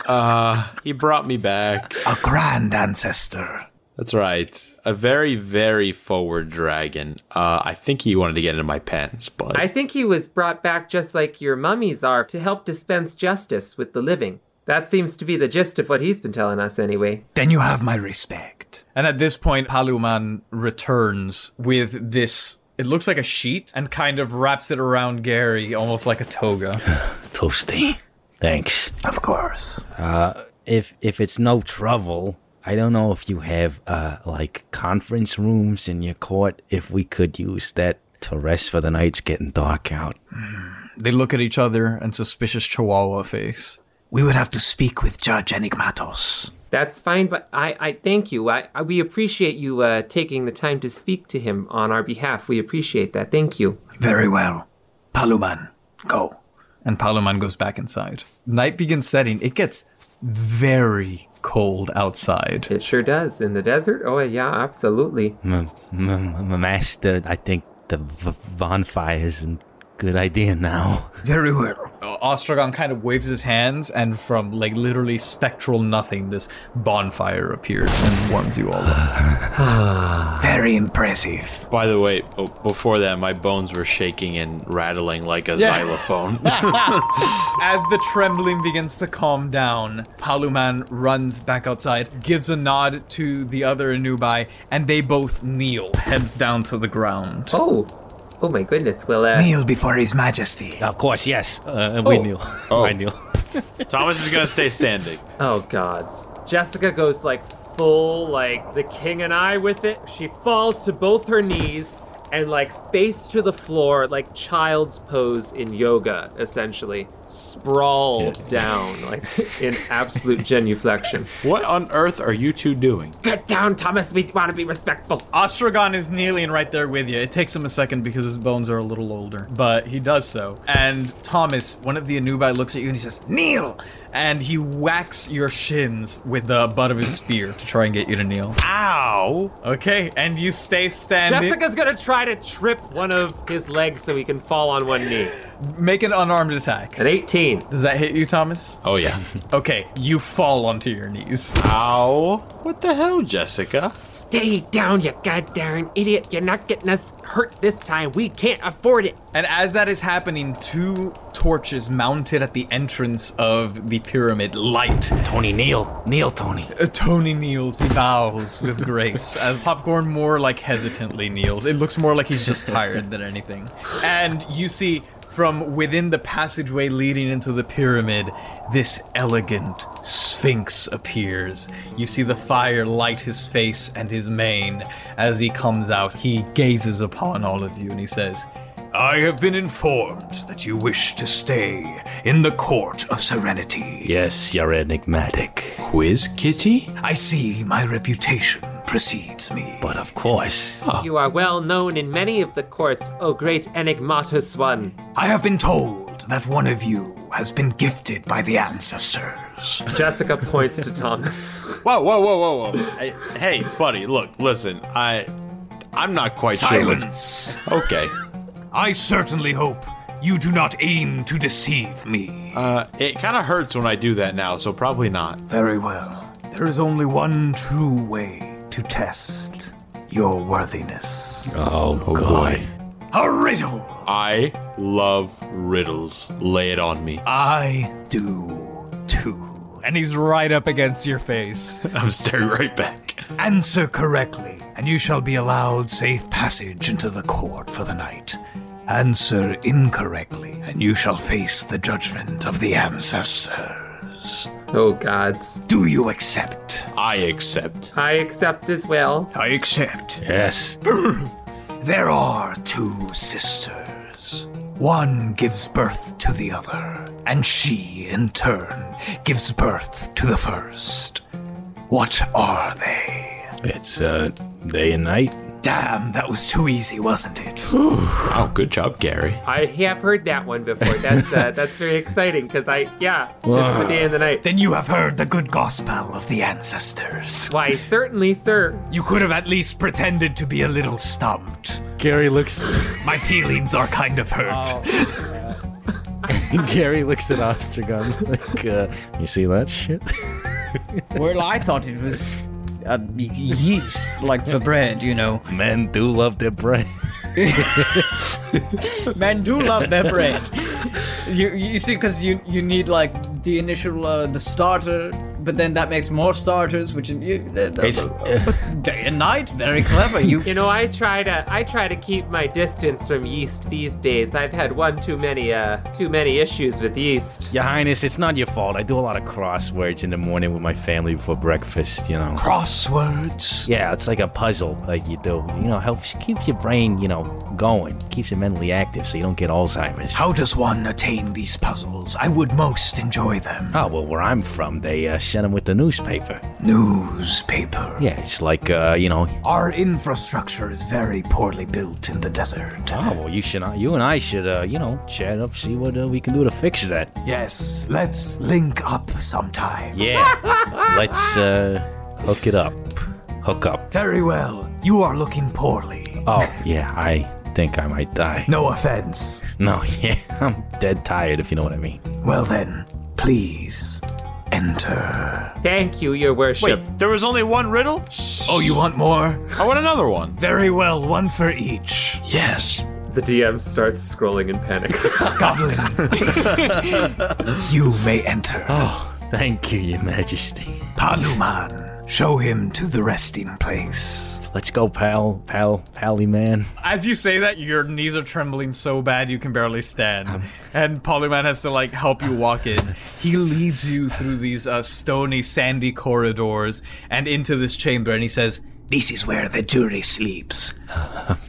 [SPEAKER 6] uh, he brought me back.
[SPEAKER 11] A grand ancestor.
[SPEAKER 6] That's right. A very, very forward dragon. Uh, I think he wanted to get into my pants, but.
[SPEAKER 8] I think he was brought back just like your mummies are to help dispense justice with the living. That seems to be the gist of what he's been telling us, anyway.
[SPEAKER 11] Then you have my respect.
[SPEAKER 4] And at this point, Paluman returns with this. It looks like a sheet and kind of wraps it around Gary, almost like a toga.
[SPEAKER 12] Toasty. Thanks.
[SPEAKER 11] Of course.
[SPEAKER 12] Uh, if if it's no trouble, I don't know if you have uh, like conference rooms in your court. If we could use that to rest for the night, it's getting dark out.
[SPEAKER 4] Mm. They look at each other and suspicious chihuahua face
[SPEAKER 11] we would have to speak with Judge Enigmatos.
[SPEAKER 8] That's fine, but I, I thank you. I, I we appreciate you uh, taking the time to speak to him on our behalf. We appreciate that. Thank you.
[SPEAKER 11] Very well. Paluman, go.
[SPEAKER 24] And Paluman goes back inside. Night begins setting. It gets very cold outside.
[SPEAKER 25] It sure does. In the desert? Oh, yeah, absolutely.
[SPEAKER 12] M- m- m- master, I think the v- bonfire is a good idea now.
[SPEAKER 24] Very well. Ostrogon kind of waves his hands, and from like literally spectral nothing, this bonfire appears and warms you all up.
[SPEAKER 11] Very impressive.
[SPEAKER 6] By the way, b- before that, my bones were shaking and rattling like a
[SPEAKER 4] Yeah.
[SPEAKER 6] xylophone.
[SPEAKER 4] As
[SPEAKER 24] the trembling begins to calm down, Paluman runs back outside, gives a nod to the other Anubai, and they both kneel, heads down to the ground.
[SPEAKER 25] Oh, oh my goodness. Well, uh,
[SPEAKER 11] Kneel before His Majesty.
[SPEAKER 12] Of course, yes. Uh,
[SPEAKER 25] we
[SPEAKER 12] we
[SPEAKER 25] Oh.
[SPEAKER 12] kneel.
[SPEAKER 25] kneel.
[SPEAKER 12] I kneel.
[SPEAKER 6] Thomas is gonna stay standing.
[SPEAKER 8] Oh gods. Jessica goes like full like the king and I with it. She falls to both her knees and like face to the floor like child's pose in yoga essentially sprawled down like in absolute genuflection.
[SPEAKER 6] What on earth are you two doing?
[SPEAKER 25] Get down, Thomas. We want to be respectful.
[SPEAKER 4] Ostrogon is kneeling right there with you. It takes him a second because his bones are a little older, but he does so. And Thomas, one of the Anubai, looks at you and he says, Kneel! And he whacks your shins with the butt of his spear to try and get you to kneel.
[SPEAKER 6] Ow!
[SPEAKER 4] Okay, and you stay standing.
[SPEAKER 8] Jessica's gonna try to trip one of his legs so he can fall on one knee.
[SPEAKER 4] Make an unarmed attack.
[SPEAKER 8] An 18.
[SPEAKER 4] Does that hit you, Thomas?
[SPEAKER 6] Oh yeah.
[SPEAKER 4] Okay, you fall onto your knees.
[SPEAKER 6] Ow. What the hell, Jessica?
[SPEAKER 25] Stay down, you goddamn idiot. You're not getting us hurt this time. We can't afford it.
[SPEAKER 4] And as that is happening, two torches mounted at the entrance of the pyramid light. Uh,
[SPEAKER 12] Tony, kneel. Kneel, Tony.
[SPEAKER 4] Tony kneels. He bows with grace. as Popcorn more like hesitantly kneels. It looks more like he's just tired than anything. And you see from within the passageway leading into the pyramid, this elegant sphinx appears. You see the fire light his face and his mane. As he comes out, he gazes upon all of you and he says,
[SPEAKER 11] I have been informed that you wish to stay in the court of serenity.
[SPEAKER 12] Yes, you're enigmatic.
[SPEAKER 6] Quiz kitty?
[SPEAKER 11] I see my reputation precedes me.
[SPEAKER 12] But of course.
[SPEAKER 8] You are well known in many of the courts, O great Enigmatus one.
[SPEAKER 11] I have been told that one of you has been gifted by the ancestors.
[SPEAKER 8] Jessica points to Thomas.
[SPEAKER 6] Whoa, whoa, whoa, whoa, whoa! I, hey, buddy, look, listen. I, I'm not quite
[SPEAKER 11] Silence.
[SPEAKER 6] sure. what's- Okay.
[SPEAKER 11] I certainly hope you do not aim to deceive me.
[SPEAKER 6] Uh, it kind of hurts when I do that now, so probably not.
[SPEAKER 11] Very well. There is only one true way to test your worthiness.
[SPEAKER 12] Oh,
[SPEAKER 6] boy.
[SPEAKER 11] A riddle!
[SPEAKER 6] I love riddles. Lay it on me.
[SPEAKER 11] I do too.
[SPEAKER 4] And he's right up against your face.
[SPEAKER 6] I'm staring right back.
[SPEAKER 11] Answer correctly, and you shall be allowed safe passage into the court for the night. Answer incorrectly, and you shall face the judgment of the ancestors.
[SPEAKER 8] Oh, gods.
[SPEAKER 11] Do you accept?
[SPEAKER 6] I accept.
[SPEAKER 8] I accept as well.
[SPEAKER 11] I accept.
[SPEAKER 12] Yes.
[SPEAKER 11] There are two sisters. One gives birth to the other, and she, in turn, gives birth to the first. What are they?
[SPEAKER 12] It's uh, day and night.
[SPEAKER 11] Damn, that was too easy, wasn't it?
[SPEAKER 6] Wow, good job, Gary.
[SPEAKER 8] I have heard that one before. That's uh, that's very exciting because I yeah, it's the day and the night.
[SPEAKER 11] Then you have heard the good gospel of the ancestors.
[SPEAKER 8] Why, certainly, sir.
[SPEAKER 11] You could have at least pretended to be a little stumped.
[SPEAKER 12] Gary looks.
[SPEAKER 11] My feelings are kind of hurt.
[SPEAKER 9] Oh,
[SPEAKER 12] Gary looks at Ostrogon like, uh, you see that shit?
[SPEAKER 9] well, I thought it was uh, y- yeast, like for bread, you know.
[SPEAKER 12] Men do love their bread.
[SPEAKER 9] Men do love their bread. You you see, because you you need like the initial uh, the starter, but then that makes more starters, which in- you, uh,
[SPEAKER 12] It's-
[SPEAKER 9] but day and night. Very clever. You
[SPEAKER 8] You know, I try to I try to keep my distance from yeast these days. I've had one too many uh too many issues with yeast.
[SPEAKER 12] Your Highness, it's not your fault. I do a lot of crosswords in the morning with my family before breakfast, you know.
[SPEAKER 11] Crosswords?
[SPEAKER 12] Yeah, it's like a puzzle, like you do. You know, helps keeps your brain, you know, going. Keeps you mentally active so you don't get Alzheimer's.
[SPEAKER 11] How does one attain these puzzles? I would most enjoy them.
[SPEAKER 12] Oh, well, where I'm from, they uh, sh- sent him with the newspaper.
[SPEAKER 11] Newspaper.
[SPEAKER 12] Yeah, it's like, uh, you know,
[SPEAKER 11] Our infrastructure is very poorly built in the desert.
[SPEAKER 12] oh, well, you should, you and I should, uh, you know, chat up, see what uh, we can do to fix that.
[SPEAKER 11] Yes, let's link up sometime.
[SPEAKER 12] Yeah, let's uh, hook it up. Hook up.
[SPEAKER 11] Very well. You are looking poorly.
[SPEAKER 12] Oh, yeah, I think I might die.
[SPEAKER 11] No offense.
[SPEAKER 12] No, yeah, I'm dead tired, if you know what I mean.
[SPEAKER 11] Well then, please enter.
[SPEAKER 8] Thank you, Your Worship.
[SPEAKER 6] Wait, there was only one riddle?
[SPEAKER 11] Oh, you want more?
[SPEAKER 6] I want another one.
[SPEAKER 11] Very well, one for each. Yes.
[SPEAKER 8] The DM starts scrolling in panic.
[SPEAKER 11] You may enter.
[SPEAKER 12] Oh, thank you, Your Majesty.
[SPEAKER 11] Paluman, show him to the resting place.
[SPEAKER 12] Let's go, pal, pal, pally man.
[SPEAKER 4] As you say that, your knees are trembling so bad you can barely stand. and Polyman has to like help you walk in. He leads you through these uh, stony, sandy corridors and into this chamber, and he says, "This is where the jury sleeps."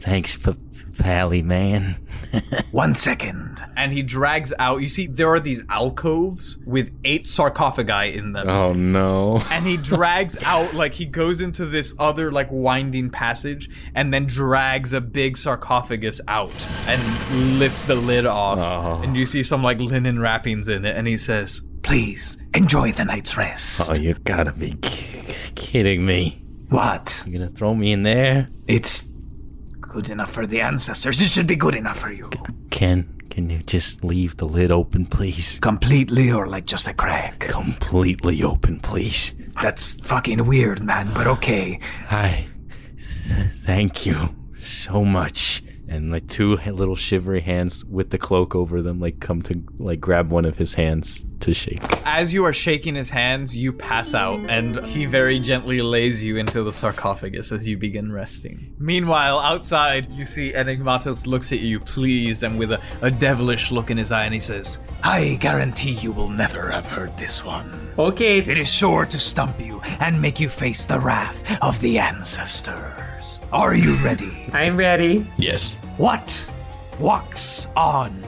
[SPEAKER 12] Thanks, p- pally man.
[SPEAKER 11] One second.
[SPEAKER 4] And he drags out. You see, there are these alcoves with eight sarcophagi in them.
[SPEAKER 12] Oh no.
[SPEAKER 4] and he drags out like he goes into this other like winding passage and then drags a big sarcophagus out and lifts the lid off
[SPEAKER 12] Oh.
[SPEAKER 4] and you see some like linen wrappings in it and he says
[SPEAKER 11] please enjoy the night's rest
[SPEAKER 12] Oh, you gotta be k- kidding me.
[SPEAKER 11] What?
[SPEAKER 12] You gonna throw me in there?
[SPEAKER 11] It's Good enough for the ancestors. It should be good enough for you.
[SPEAKER 12] Can can you just leave the lid open, please?
[SPEAKER 11] Completely or like just a crack?
[SPEAKER 12] Completely open, please.
[SPEAKER 11] That's fucking weird, man, but okay.
[SPEAKER 12] I th- thank you so much. And like two h- little shivery hands with the cloak over them, like come to like grab one of his hands to shake.
[SPEAKER 4] as you are shaking his hands you pass out and he very gently lays you into the sarcophagus as you begin resting meanwhile outside you see enigmatos looks at you pleased and with a, a devilish look in his eye and he says
[SPEAKER 11] I guarantee you will never have heard this one.
[SPEAKER 8] Okay.
[SPEAKER 11] It is sure to stump you and make you face the wrath of the ancestors. Are you ready?
[SPEAKER 8] I'm ready.
[SPEAKER 6] Yes.
[SPEAKER 11] What walks on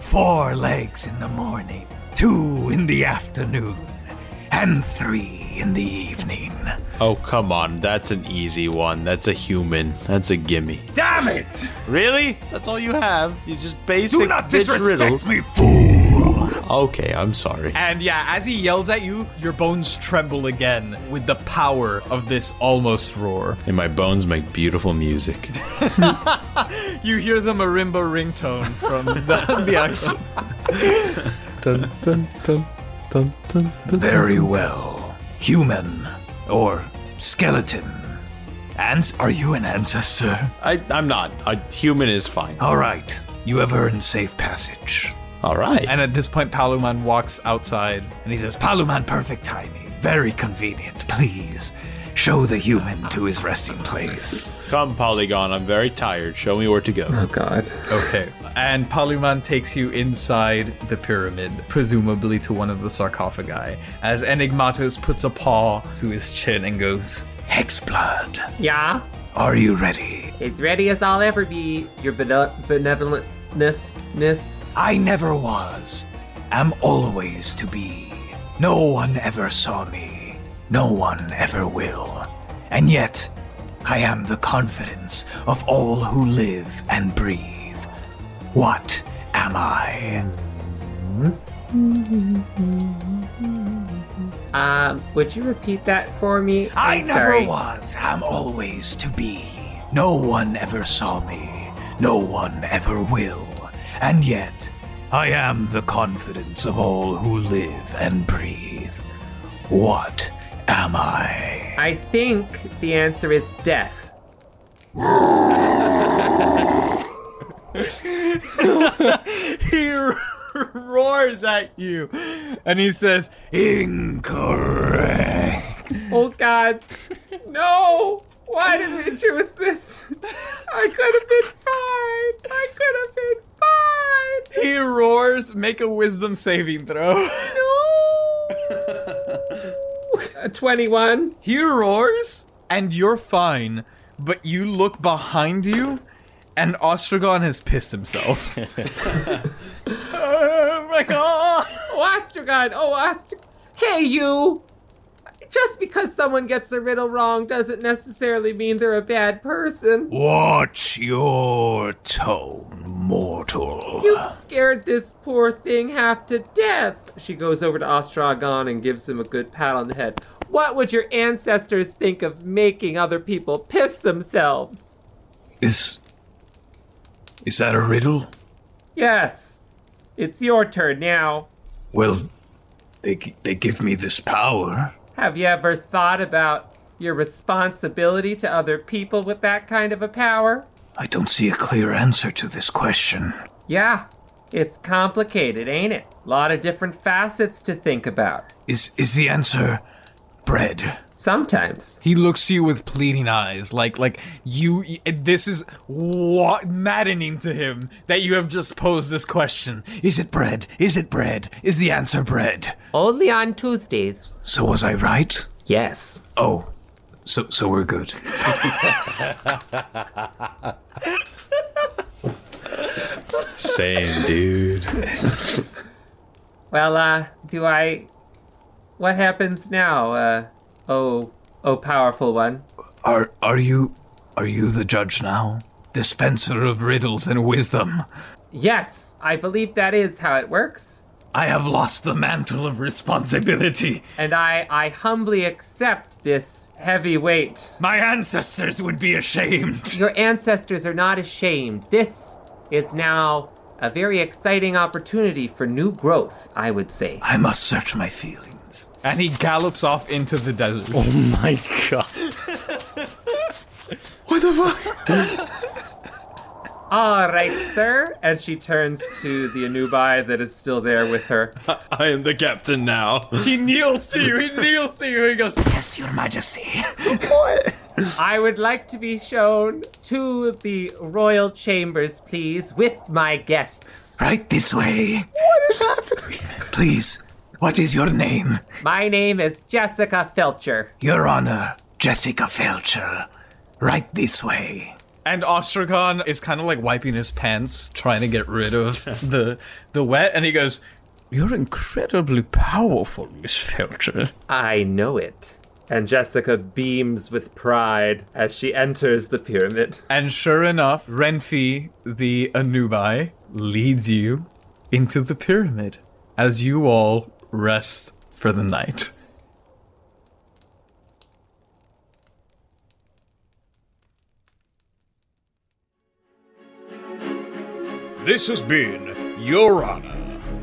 [SPEAKER 11] four legs in the morning, two in the afternoon, and three in the evening?
[SPEAKER 6] Oh, come on. That's an easy one. That's a human. That's a gimme.
[SPEAKER 11] Damn it!
[SPEAKER 6] Really? That's all you have? It's just basic
[SPEAKER 4] Do not
[SPEAKER 6] bitch
[SPEAKER 4] disrespect
[SPEAKER 6] riddles.
[SPEAKER 4] me,
[SPEAKER 6] fool! Okay, I'm sorry.
[SPEAKER 4] And yeah, as he yells at you, your bones tremble again with the power of this almost roar.
[SPEAKER 6] And my bones make beautiful music.
[SPEAKER 4] You hear the marimba ringtone from the, the actual.
[SPEAKER 12] Dun, dun, dun, dun, dun, dun,
[SPEAKER 11] Very well. Human or skeleton. Ans- are you an ancestor?
[SPEAKER 6] I, I'm not. A human is fine.
[SPEAKER 11] All right. You have earned safe passage.
[SPEAKER 6] All right.
[SPEAKER 4] And at this point, Paluman walks outside and he says,
[SPEAKER 11] Paluman, perfect timing. Very convenient. Please show the human to his resting place.
[SPEAKER 6] Come, Polygon. I'm very tired. Show me where to go. Oh,
[SPEAKER 4] God. Okay. And Paluman takes you inside the pyramid, presumably to one of the sarcophagi, as Enigmatos puts a paw to his chin and goes,
[SPEAKER 11] Hexblood,
[SPEAKER 8] Yeah,
[SPEAKER 11] are you ready?
[SPEAKER 8] it's ready as I'll ever be. Your bene- benevolentness.
[SPEAKER 11] I never was, am always to be. No one ever saw me, no one ever will. And yet, I am the confidence of all who live and breathe. What am I?
[SPEAKER 8] Um, would you repeat that for me?
[SPEAKER 11] I
[SPEAKER 8] I'm
[SPEAKER 11] never
[SPEAKER 8] sorry.
[SPEAKER 11] was, am always to be. No one ever saw me, no one ever will. And yet, I am the confidence of all who live and breathe. What am I?
[SPEAKER 8] I think the answer is death.
[SPEAKER 4] he roars at you and he says,
[SPEAKER 11] Incorrect.
[SPEAKER 8] Oh God, no! Why did we choose this? I could have been fine. I could have been fine.
[SPEAKER 4] He roars, make a wisdom saving throw.
[SPEAKER 8] A 21.
[SPEAKER 4] He roars, and you're fine, but you look behind you, and Ostrogon has pissed himself.
[SPEAKER 8] Oh my God! Oh Ostergon! Oh Oster! Hey you! Just because someone gets a riddle wrong doesn't necessarily mean they're a bad person.
[SPEAKER 26] Watch your tone, mortal.
[SPEAKER 8] You've scared this poor thing half to death. She goes over to Ostragon and gives him a good pat on the head. What would your ancestors think of making other people piss themselves?
[SPEAKER 11] Is. Is that a riddle?
[SPEAKER 8] Yes. It's your turn now.
[SPEAKER 11] Well, they, gi- they give me this power.
[SPEAKER 8] Have you ever thought about your responsibility to other people with that kind of a power?
[SPEAKER 11] I don't see a clear answer to this question.
[SPEAKER 8] Yeah, it's complicated, ain't it? A lot of different facets to think about.
[SPEAKER 11] Is is the answer bread?
[SPEAKER 8] Sometimes.
[SPEAKER 4] He looks at you with pleading eyes, like like you. y- This is wa- maddening to him that you have just posed this question.
[SPEAKER 11] Is it bread? Is it bread? Is the answer bread?
[SPEAKER 8] Only on Tuesdays.
[SPEAKER 11] So was I right?
[SPEAKER 8] Yes.
[SPEAKER 11] Oh, so so we're good.
[SPEAKER 13] Saying, dude.
[SPEAKER 8] Well, uh, do I. What happens now, uh, oh, oh, powerful one?
[SPEAKER 11] Are are you are you the judge now? Dispenser of riddles and wisdom.
[SPEAKER 8] Yes, I believe that is how it works.
[SPEAKER 11] I have lost the mantle of responsibility.
[SPEAKER 8] And I, I humbly accept this heavy weight.
[SPEAKER 11] My ancestors would be ashamed.
[SPEAKER 8] Your ancestors are not ashamed. This is now a very exciting opportunity for new growth, I would say.
[SPEAKER 11] I must search my feelings.
[SPEAKER 4] And he gallops off into the desert.
[SPEAKER 27] Oh my god.
[SPEAKER 8] What the fuck? All right, sir. And she turns to the Anubai that is still there with her.
[SPEAKER 13] I am the captain now.
[SPEAKER 4] He kneels to you. He kneels to you. He goes,
[SPEAKER 11] "Yes, Your Majesty."
[SPEAKER 8] I would like to be shown to the royal chambers, please, with my guests.
[SPEAKER 11] Right this way.
[SPEAKER 8] What is happening?
[SPEAKER 11] Please, what is your name?
[SPEAKER 8] My name is Jessica Felcher.
[SPEAKER 11] Your Honor, Jessica Felcher. Right this way.
[SPEAKER 4] And Ostragon is kind of like wiping his pants, trying to get rid of the the wet, and he goes, "You're incredibly powerful, Miss Felcher."
[SPEAKER 8] I know it. And Jessica beams with pride as she enters the pyramid.
[SPEAKER 4] And sure enough, Renfi, the Anubai, leads you into the pyramid as you all rest for the night.
[SPEAKER 1] This has been Your Honor.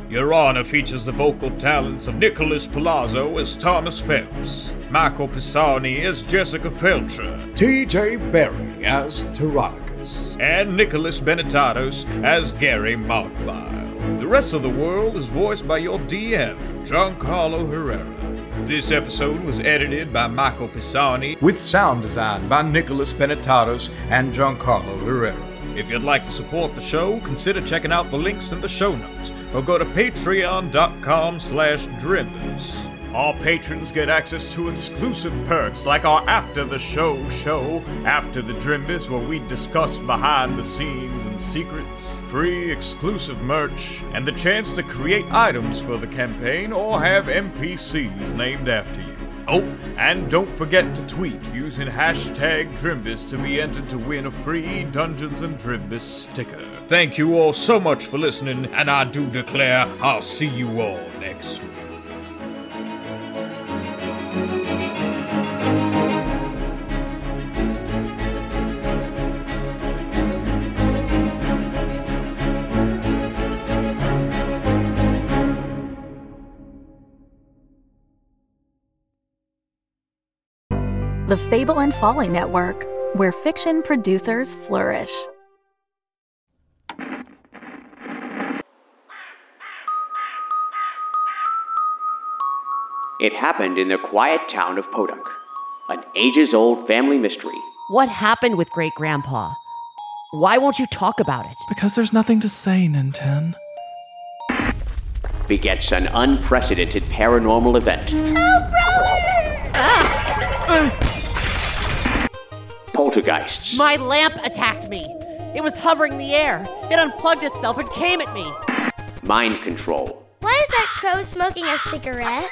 [SPEAKER 1] Your Honor features the vocal talents of Nicholas Palazzo as Thomas Phelps, Michael Pisani as Jessica Felcher,
[SPEAKER 2] TJ Berry as Tyrannicus.
[SPEAKER 1] and Nicholas Benetatos as Gary Mogbile. The rest of the world is voiced by your DM, Giancarlo Herrera. This episode was edited by Michael Pisani.
[SPEAKER 2] With sound design by Nicholas Benetatos and Giancarlo Herrera.
[SPEAKER 1] If you'd like to support the show, consider checking out the links in the show notes or go to patreon.com slash drimbus.
[SPEAKER 2] All patrons get access to exclusive perks like our After the Show show,
[SPEAKER 1] After the Drimbus, where we discuss behind the scenes and secrets, free exclusive merch, and the chance to create items for the campaign or have NPCs named after you. Oh, and don't forget to tweet using hashtag Drimbus to be entered to win a free Dungeons and Drimbus sticker. Thank you all so much for listening, and I do declare I'll see you all next week.
[SPEAKER 3] The Fable and Folly Network, where fiction producers flourish.
[SPEAKER 28] It happened in the quiet town of Podunk, an ages old family mystery.
[SPEAKER 29] What happened with great grandpa? Why won't you talk about it?
[SPEAKER 30] Because there's nothing to say, Nintendo.
[SPEAKER 28] Begets an unprecedented paranormal event. Poltergeist
[SPEAKER 29] Ah! My lamp attacked me. It was hovering in the air. It unplugged itself and came at me.
[SPEAKER 28] mind control,
[SPEAKER 9] Why is that crow smoking a cigarette?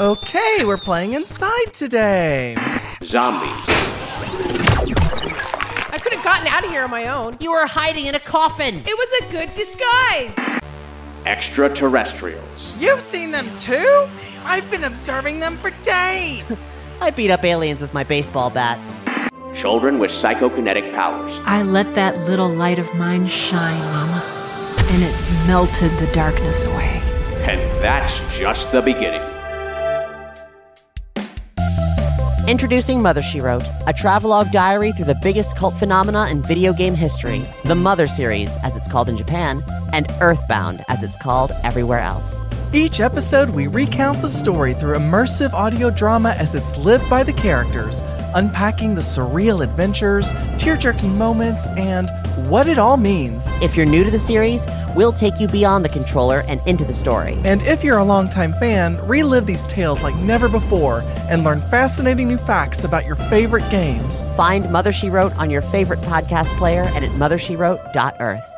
[SPEAKER 27] Okay, we're playing inside today.
[SPEAKER 28] Zombies.
[SPEAKER 31] I could have gotten out of here on my own.
[SPEAKER 29] You were hiding in a coffin.
[SPEAKER 31] It was a good disguise.
[SPEAKER 28] Extraterrestrials.
[SPEAKER 27] You've seen them too? I've been observing them for days.
[SPEAKER 29] I beat up aliens with my baseball bat.
[SPEAKER 28] Children with psychokinetic powers.
[SPEAKER 5] I let that little light of mine shine, Mama, and it melted the darkness away.
[SPEAKER 28] And that's just the beginning.
[SPEAKER 29] Introducing Mother She Wrote, a travelogue diary through the biggest cult phenomena in video game history, the Mother series, as it's called in Japan, and Earthbound, as it's called everywhere else.
[SPEAKER 27] Each episode, we recount the story through immersive audio drama as it's lived by the characters, unpacking the surreal adventures, tear jerking moments, and what it all means.
[SPEAKER 29] If you're new to the series, we'll take you beyond the controller and into the story.
[SPEAKER 27] And if you're a longtime fan, relive these tales like never before and learn fascinating new facts about your favorite games.
[SPEAKER 29] Find Mother She Wrote on your favorite podcast player and at mothershewrote.earth.